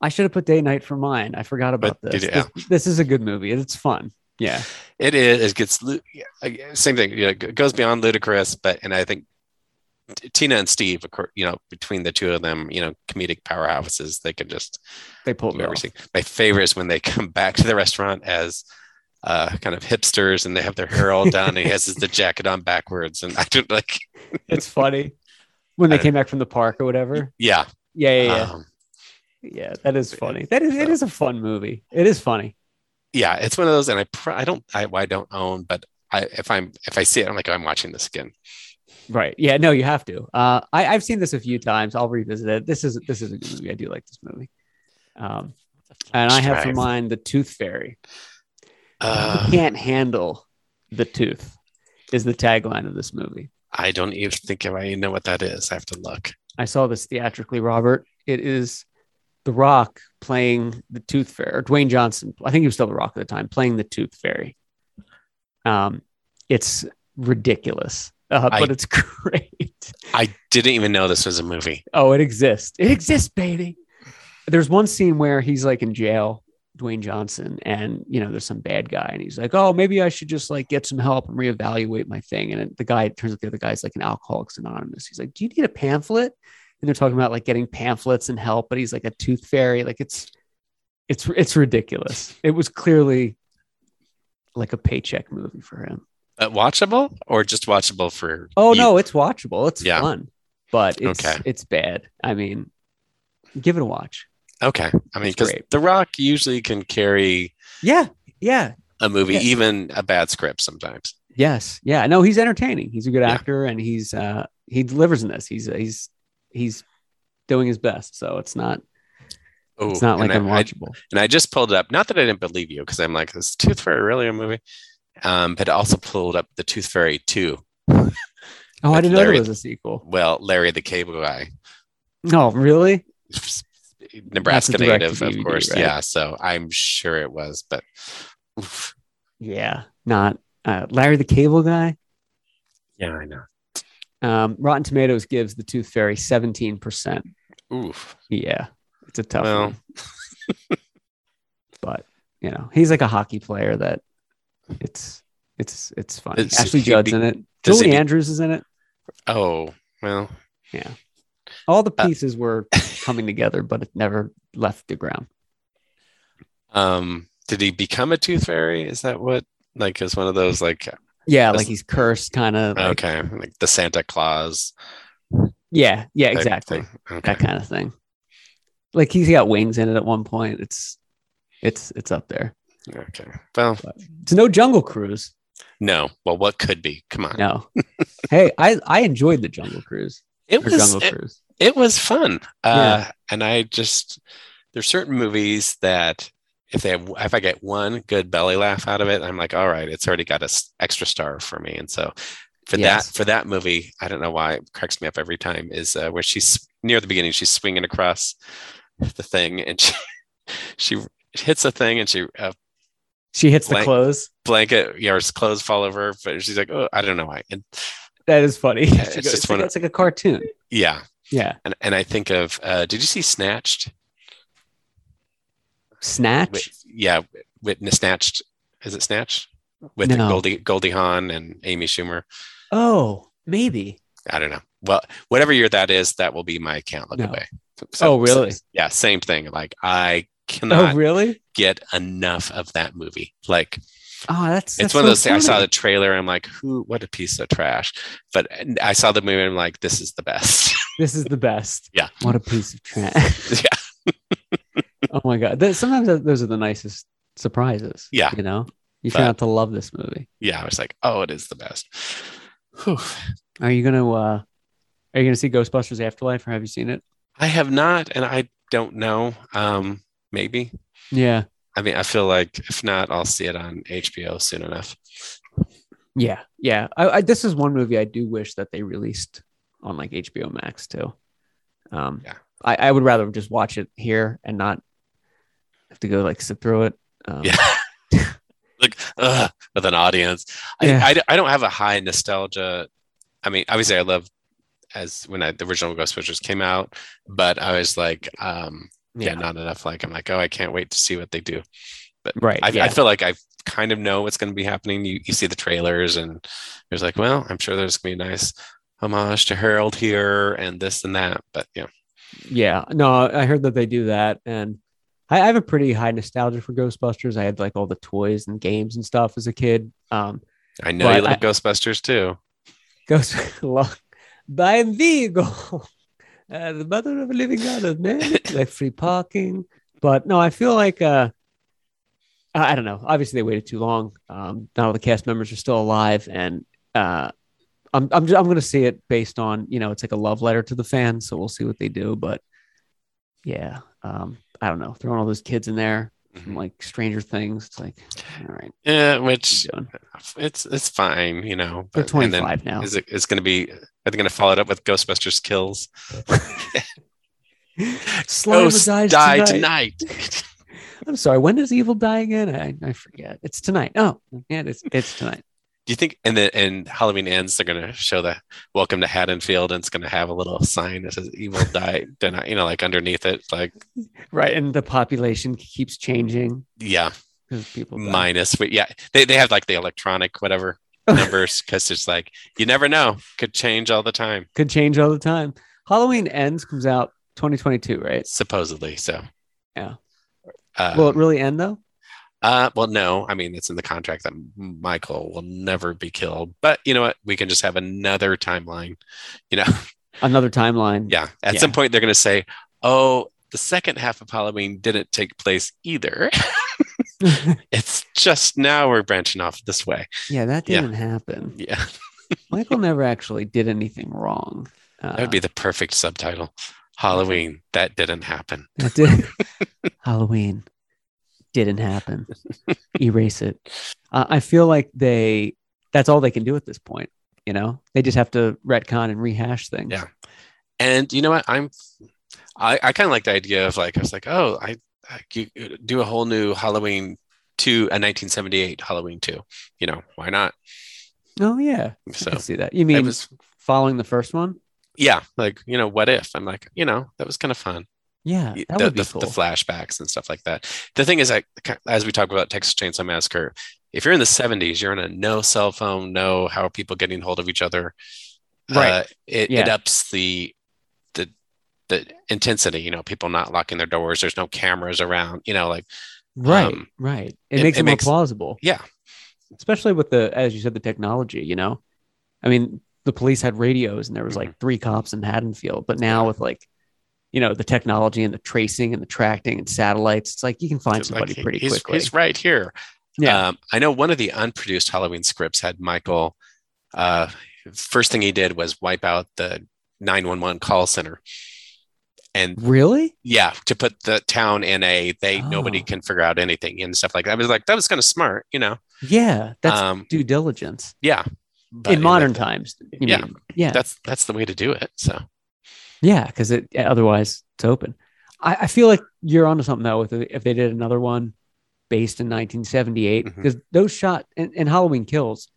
Speaker 2: I should have put date night for mine. I forgot about
Speaker 1: But
Speaker 2: this.
Speaker 1: did- yeah.
Speaker 2: this. This is a good movie. It's fun. Yeah.
Speaker 1: It is. It gets lu- yeah, I- same thing. You know, it goes beyond ludicrous, but and I think T- Tina and Steve, of course, you know, between the two of them, you know, comedic powerhouses, they can just
Speaker 2: They pulled
Speaker 1: do
Speaker 2: it off.
Speaker 1: everything. My favorite is when they <laughs> come back to the restaurant as uh, kind of hipsters and they have their hair all done. and he has his- the jacket on backwards, and <laughs> I don't like.
Speaker 2: It's funny when they
Speaker 1: I don't-
Speaker 2: came back from the park or whatever.
Speaker 1: Yeah,
Speaker 2: Yeah, yeah, yeah.
Speaker 1: Um,
Speaker 2: yeah that is funny. That is it is a fun movie. It is funny.
Speaker 1: yeah. It's one of those, and I pr- I don't I, I don't own, but I if I'm if I see it, I'm like I'm watching this again.
Speaker 2: Right. Yeah. No, you have to. Uh, I I've seen this a few times. I'll revisit it. This is this is a good movie. I do like this movie. Um, and I have for
Speaker 1: Strive.
Speaker 2: mine the Tooth Fairy.
Speaker 1: Uh,
Speaker 2: Can't handle the tooth is the tagline of this movie.
Speaker 1: I don't even think I know what that is. I have to look.
Speaker 2: I saw this theatrically, Robert. It is The Rock playing the Tooth Fairy, or Dwayne Johnson. I think he was still The Rock at the time, playing the Tooth Fairy. Um, it's ridiculous, uh,
Speaker 1: I-
Speaker 2: but it's <laughs> great.
Speaker 1: I didn't even know this was a movie.
Speaker 2: Oh, it exists. It exists, baby. There's one scene where he's like in jail, Dwayne Johnson, and you know, there's some bad guy, and he's like, Oh, maybe I should just like get some help and reevaluate my thing. And the guy it turns out the other guy's like an Alcoholics Anonymous. He's like, Do you need a pamphlet? And they're talking about like getting pamphlets and help, but he's like a tooth fairy. Like it's it's it's ridiculous. It was clearly like a paycheck movie for him.
Speaker 1: But Uh, watchable or just watchable for?
Speaker 2: Oh
Speaker 1: you?
Speaker 2: no, it's watchable. It's
Speaker 1: Yeah.
Speaker 2: fun, but it's
Speaker 1: Okay.
Speaker 2: it's bad. I mean, give it a watch.
Speaker 1: Okay, I mean,
Speaker 2: It's
Speaker 1: because
Speaker 2: great.
Speaker 1: The Rock usually can carry
Speaker 2: Yeah, yeah,
Speaker 1: a movie,
Speaker 2: Yeah.
Speaker 1: even a bad script sometimes.
Speaker 2: yes, yeah. No, he's entertaining. He's a good
Speaker 1: Yeah.
Speaker 2: actor, and he's uh he delivers in this. He's uh, he's he's doing his best. So it's not
Speaker 1: Oh,
Speaker 2: it's not like
Speaker 1: and I, I-
Speaker 2: unwatchable.
Speaker 1: and I just pulled it up. Not that I didn't believe you, because I'm like, this Tooth Fairy really a movie, um, but I also pulled up the Tooth Fairy two,
Speaker 2: Oh, I
Speaker 1: With
Speaker 2: didn't know
Speaker 1: Larry-
Speaker 2: there was a sequel.
Speaker 1: Well, Larry the Cable Guy,
Speaker 2: No, really?
Speaker 1: Nebraska
Speaker 2: direct to
Speaker 1: native, of
Speaker 2: DVD,
Speaker 1: course.
Speaker 2: right?
Speaker 1: Yeah, so I'm sure it was, but oof.
Speaker 2: Yeah, not uh, Larry the Cable Guy.
Speaker 1: yeah, I know.
Speaker 2: Um, Rotten Tomatoes gives The Tooth Fairy seventeen percent.
Speaker 1: Oof.
Speaker 2: Yeah, it's a tough
Speaker 1: Well.
Speaker 2: one. <laughs> but you know, he's like a hockey player that it's it's it's funny.
Speaker 1: It's-
Speaker 2: Ashley
Speaker 1: he
Speaker 2: Judd's
Speaker 1: be-
Speaker 2: in it.
Speaker 1: does he
Speaker 2: Julie
Speaker 1: be-
Speaker 2: Andrews is in it.
Speaker 1: Oh well,
Speaker 2: All the
Speaker 1: Uh,
Speaker 2: pieces were coming together, but it never left the ground.
Speaker 1: um, did he become a tooth fairy? Is that what? Like, is one of those like
Speaker 2: Yeah,
Speaker 1: That's-
Speaker 2: like he's cursed, kind of. Like,
Speaker 1: okay, like the Santa Claus?
Speaker 2: Yeah, yeah,
Speaker 1: type
Speaker 2: exactly.
Speaker 1: thing? Okay.
Speaker 2: That kind of thing. Like he's got wings in it at one point. It's it's it's up there.
Speaker 1: Okay. Well,
Speaker 2: It's no Jungle Cruise.
Speaker 1: no. Well, what could be? Come on.
Speaker 2: No.
Speaker 1: <laughs>
Speaker 2: hey, I I enjoyed the Jungle Cruise.
Speaker 1: It
Speaker 2: Or
Speaker 1: was
Speaker 2: Jungle
Speaker 1: it,
Speaker 2: Cruise.
Speaker 1: it was fun. Uh, And I just there's certain movies that if they have if I get one good belly laugh out of it, I'm like, all right, it's already got an extra star for me. And so for
Speaker 2: Yes.
Speaker 1: that for that movie, I don't know why it cracks me up every time is uh, where she's near the beginning, she's swinging across the thing and <laughs> she she hits a thing and she a
Speaker 2: She hits the
Speaker 1: Blank-
Speaker 2: clothes.
Speaker 1: blanket, you know, her clothes fall over, but she's like, oh, I don't know why. And
Speaker 2: That is funny. <laughs> She
Speaker 1: it's
Speaker 2: goes,
Speaker 1: just
Speaker 2: it's,
Speaker 1: one
Speaker 2: like,
Speaker 1: of-
Speaker 2: it's like a cartoon.
Speaker 1: yeah,
Speaker 2: Yeah.
Speaker 1: and and I think of uh, did you see Snatched?
Speaker 2: Snatch.
Speaker 1: Wi- yeah, Whitney snatched. Is it snatched with
Speaker 2: No.
Speaker 1: Goldie Goldie Hawn and Amy Schumer?
Speaker 2: Oh, maybe.
Speaker 1: I don't know. Well, whatever year that is, that will be my account. Look
Speaker 2: No.
Speaker 1: away.
Speaker 2: Oh, really?
Speaker 1: yeah, same thing. Like I cannot
Speaker 2: oh, really?
Speaker 1: get enough of that movie. Like
Speaker 2: Oh, that's,
Speaker 1: it's
Speaker 2: that's
Speaker 1: one of
Speaker 2: so
Speaker 1: those. things I saw
Speaker 2: funny.
Speaker 1: the trailer. I'm like, who? What a piece of trash. But I saw the movie. and I'm like, this is the best. <laughs>
Speaker 2: This is the best.
Speaker 1: Yeah.
Speaker 2: What a piece of trash. <laughs> oh my god. That, sometimes th- those are the nicest surprises.
Speaker 1: Yeah.
Speaker 2: You know, you
Speaker 1: But-
Speaker 2: turn out to love this movie.
Speaker 1: yeah, I was like, oh, it is the best. Whew.
Speaker 2: Are you gonna? uh Are you gonna see Ghostbusters Afterlife, or have you seen it?
Speaker 1: I have not, and I don't know. Um, maybe
Speaker 2: Yeah.
Speaker 1: I mean, I feel like if not, I'll see it on HBO soon enough.
Speaker 2: Yeah. Yeah. I, I this is one movie I do wish that they released on like HBO Max too. Um,
Speaker 1: Yeah.
Speaker 2: I, I would rather just watch it here and not have to go like sit through it. Um,
Speaker 1: Yeah. <laughs> Like, ugh, with an audience. I,
Speaker 2: Yeah.
Speaker 1: I, I don't have a high nostalgia. I mean, obviously, I love as when I, the original Ghostbusters came out, but I was like, um, yeah,
Speaker 2: Yeah.
Speaker 1: not enough. Like, I'm like, oh, I can't wait to see what they do.
Speaker 2: Right.
Speaker 1: I,
Speaker 2: yeah.
Speaker 1: I feel like I kind of know what's going to be happening. You, you see the trailers, and there's like, well, I'm sure there's going to be a nice homage to Harold here and this and that. But yeah,
Speaker 2: Yeah, no, I heard that they do that, and I I have a pretty high nostalgia for Ghostbusters. I had like all the toys and games and stuff as a kid. Um,
Speaker 1: I know
Speaker 2: Well,
Speaker 1: you
Speaker 2: I-
Speaker 1: like Ghostbusters too.
Speaker 2: <laughs> Ghost, look, by Vigo, uh, the mother of a living God of man, like free parking. But no, I feel like uh, I I don't know. Obviously, they waited too long. Um, not all the cast members are still alive, and uh, I'm I'm just, I'm gonna see it based on you know it's like a love letter to the fans. So we'll see what they do. But yeah, um, I don't know. Throwing all those kids in there,
Speaker 1: Mm-hmm.
Speaker 2: from, like Stranger Things. It's like, all right,
Speaker 1: Yeah,
Speaker 2: what
Speaker 1: Eh, which
Speaker 2: you doing?
Speaker 1: it's it's fine, you know.
Speaker 2: they're
Speaker 1: but- uh, and then
Speaker 2: 25 now.
Speaker 1: Is it? It's going to be. Are they going to follow it up with Ghostbusters kills?
Speaker 2: Slimer dies
Speaker 1: die
Speaker 2: tonight.
Speaker 1: tonight.
Speaker 2: <laughs> I'm sorry. When does evil die again? I, I forget. It's tonight. Oh, yeah, it's it's tonight.
Speaker 1: Do you think? And then and Halloween ends. They're going to show the Welcome to Haddonfield, and it's going to have a little sign that says "Evil
Speaker 2: <laughs>
Speaker 1: Die Tonight." You know, like underneath it, like
Speaker 2: Right, and the population keeps changing
Speaker 1: yeah,
Speaker 2: because people. die.
Speaker 1: minus. But yeah, they they have like the
Speaker 2: <laughs>
Speaker 1: electronic whatever numbers because it's like you never know, could change all the time
Speaker 2: could change all the time. Halloween ends comes out 2022, right?
Speaker 1: supposedly. So
Speaker 2: Yeah.
Speaker 1: Uh,
Speaker 2: Will it really end though?
Speaker 1: Uh, well, no. I mean, it's in the contract that Michael will never be killed. But you know what? We can just have another timeline. You know,
Speaker 2: Another timeline.
Speaker 1: yeah. At
Speaker 2: Yeah.
Speaker 1: some point, they're going to say, "Oh, the second half of Halloween didn't take place either. <laughs>
Speaker 2: <laughs> Yeah,
Speaker 1: It's just now we're branching off this way."
Speaker 2: that
Speaker 1: Yeah.
Speaker 2: didn't happen.
Speaker 1: Yeah,
Speaker 2: Michael never actually did anything wrong. Uh,
Speaker 1: <laughs> that would be the perfect subtitle.
Speaker 2: Mm-hmm.
Speaker 1: Halloween that didn't happen.
Speaker 2: that did- <laughs> Halloween didn't happen. Erase it. Uh, I feel like they. That's all they can do at this point You know, they just have to retcon and rehash things.
Speaker 1: Yeah. And you know what? I'm, I, I kind of like the idea of like I was like, oh, I, I could do a whole new Halloween two, a 1978 Halloween two. You know, why not?
Speaker 2: Oh yeah, I
Speaker 1: So
Speaker 2: can see that. You
Speaker 1: it
Speaker 2: mean
Speaker 1: was,
Speaker 2: following the first one?
Speaker 1: yeah, like you know, what if? I'm like, you know, that was kind of fun.
Speaker 2: Yeah,
Speaker 1: Y-
Speaker 2: that
Speaker 1: the,
Speaker 2: would be
Speaker 1: the,
Speaker 2: cool.
Speaker 1: the flashbacks and stuff like that. The thing is, like, ki- as we talk about Texas Chainsaw Massacre, if you're in the 70s, you're in a no cell phone, no how are people getting hold of each other.
Speaker 2: Right.
Speaker 1: Uh, it, it
Speaker 2: Yeah.
Speaker 1: ups the the the intensity. You know, people not locking their doors. There's no cameras around. You know, like
Speaker 2: right,
Speaker 1: um,
Speaker 2: right. It,
Speaker 1: it-
Speaker 2: makes
Speaker 1: it
Speaker 2: it, more
Speaker 1: makes-
Speaker 2: plausible.
Speaker 1: yeah.
Speaker 2: especially with the as you said the technology. You know, I mean, the police had radios and there was
Speaker 1: Mm-hmm.
Speaker 2: like three cops in Haddonfield, but now with like, you know, the technology and the tracing and the tracking and satellites, it's like you can find
Speaker 1: it's like,
Speaker 2: somebody pretty
Speaker 1: he's,
Speaker 2: quickly.
Speaker 1: he's right here.
Speaker 2: yeah,
Speaker 1: Um, I know one of the unproduced Halloween scripts had Michael. Uh, first thing he did was wipe out the 911 call center, and
Speaker 2: really?
Speaker 1: yeah to put the town in a they nobody
Speaker 2: Oh.
Speaker 1: can figure out anything and stuff like that i was like that was kind of smart you know
Speaker 2: Yeah, that's
Speaker 1: um
Speaker 2: due diligence
Speaker 1: yeah but
Speaker 2: in modern
Speaker 1: that-
Speaker 2: times. you
Speaker 1: yeah.
Speaker 2: mean. yeah,
Speaker 1: that's that's the way to do it so
Speaker 2: Yeah, because it otherwise it's open. I, I feel like you're onto something though. With if they did another one based in 1978,
Speaker 1: Mhm.
Speaker 2: because those shot and, and Halloween Kills,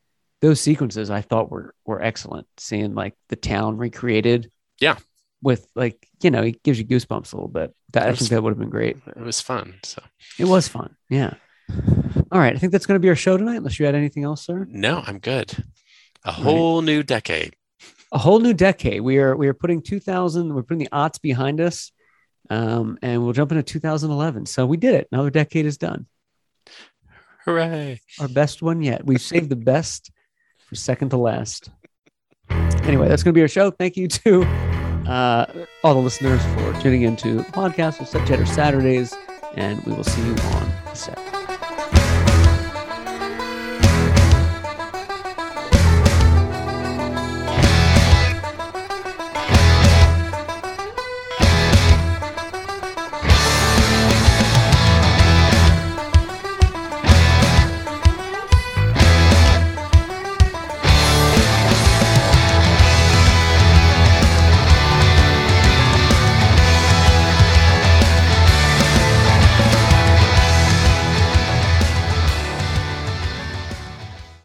Speaker 2: those sequences I thought were were excellent. Seeing like the town recreated.
Speaker 1: Yeah.
Speaker 2: With like you know, it gives you goosebumps a little bit. That, I
Speaker 1: That's-
Speaker 2: think that would have been great.
Speaker 1: it was fun so
Speaker 2: It was fun. Yeah. All right, I think that's going to be our show tonight. Unless you had anything else, sir.
Speaker 1: no i'm good a whole new decade
Speaker 2: a whole new decade. We are we are putting 2000. We're putting the odds behind us, um, and we'll jump into 2011. So we did it. Another decade is done.
Speaker 1: hooray
Speaker 2: Our best one yet. We've saved the best for second to last. Anyway, that's going to be our show. Thank you to uh, all the listeners for tuning into the podcast. We'll set Jetter Saturdays, and we will see you on the set.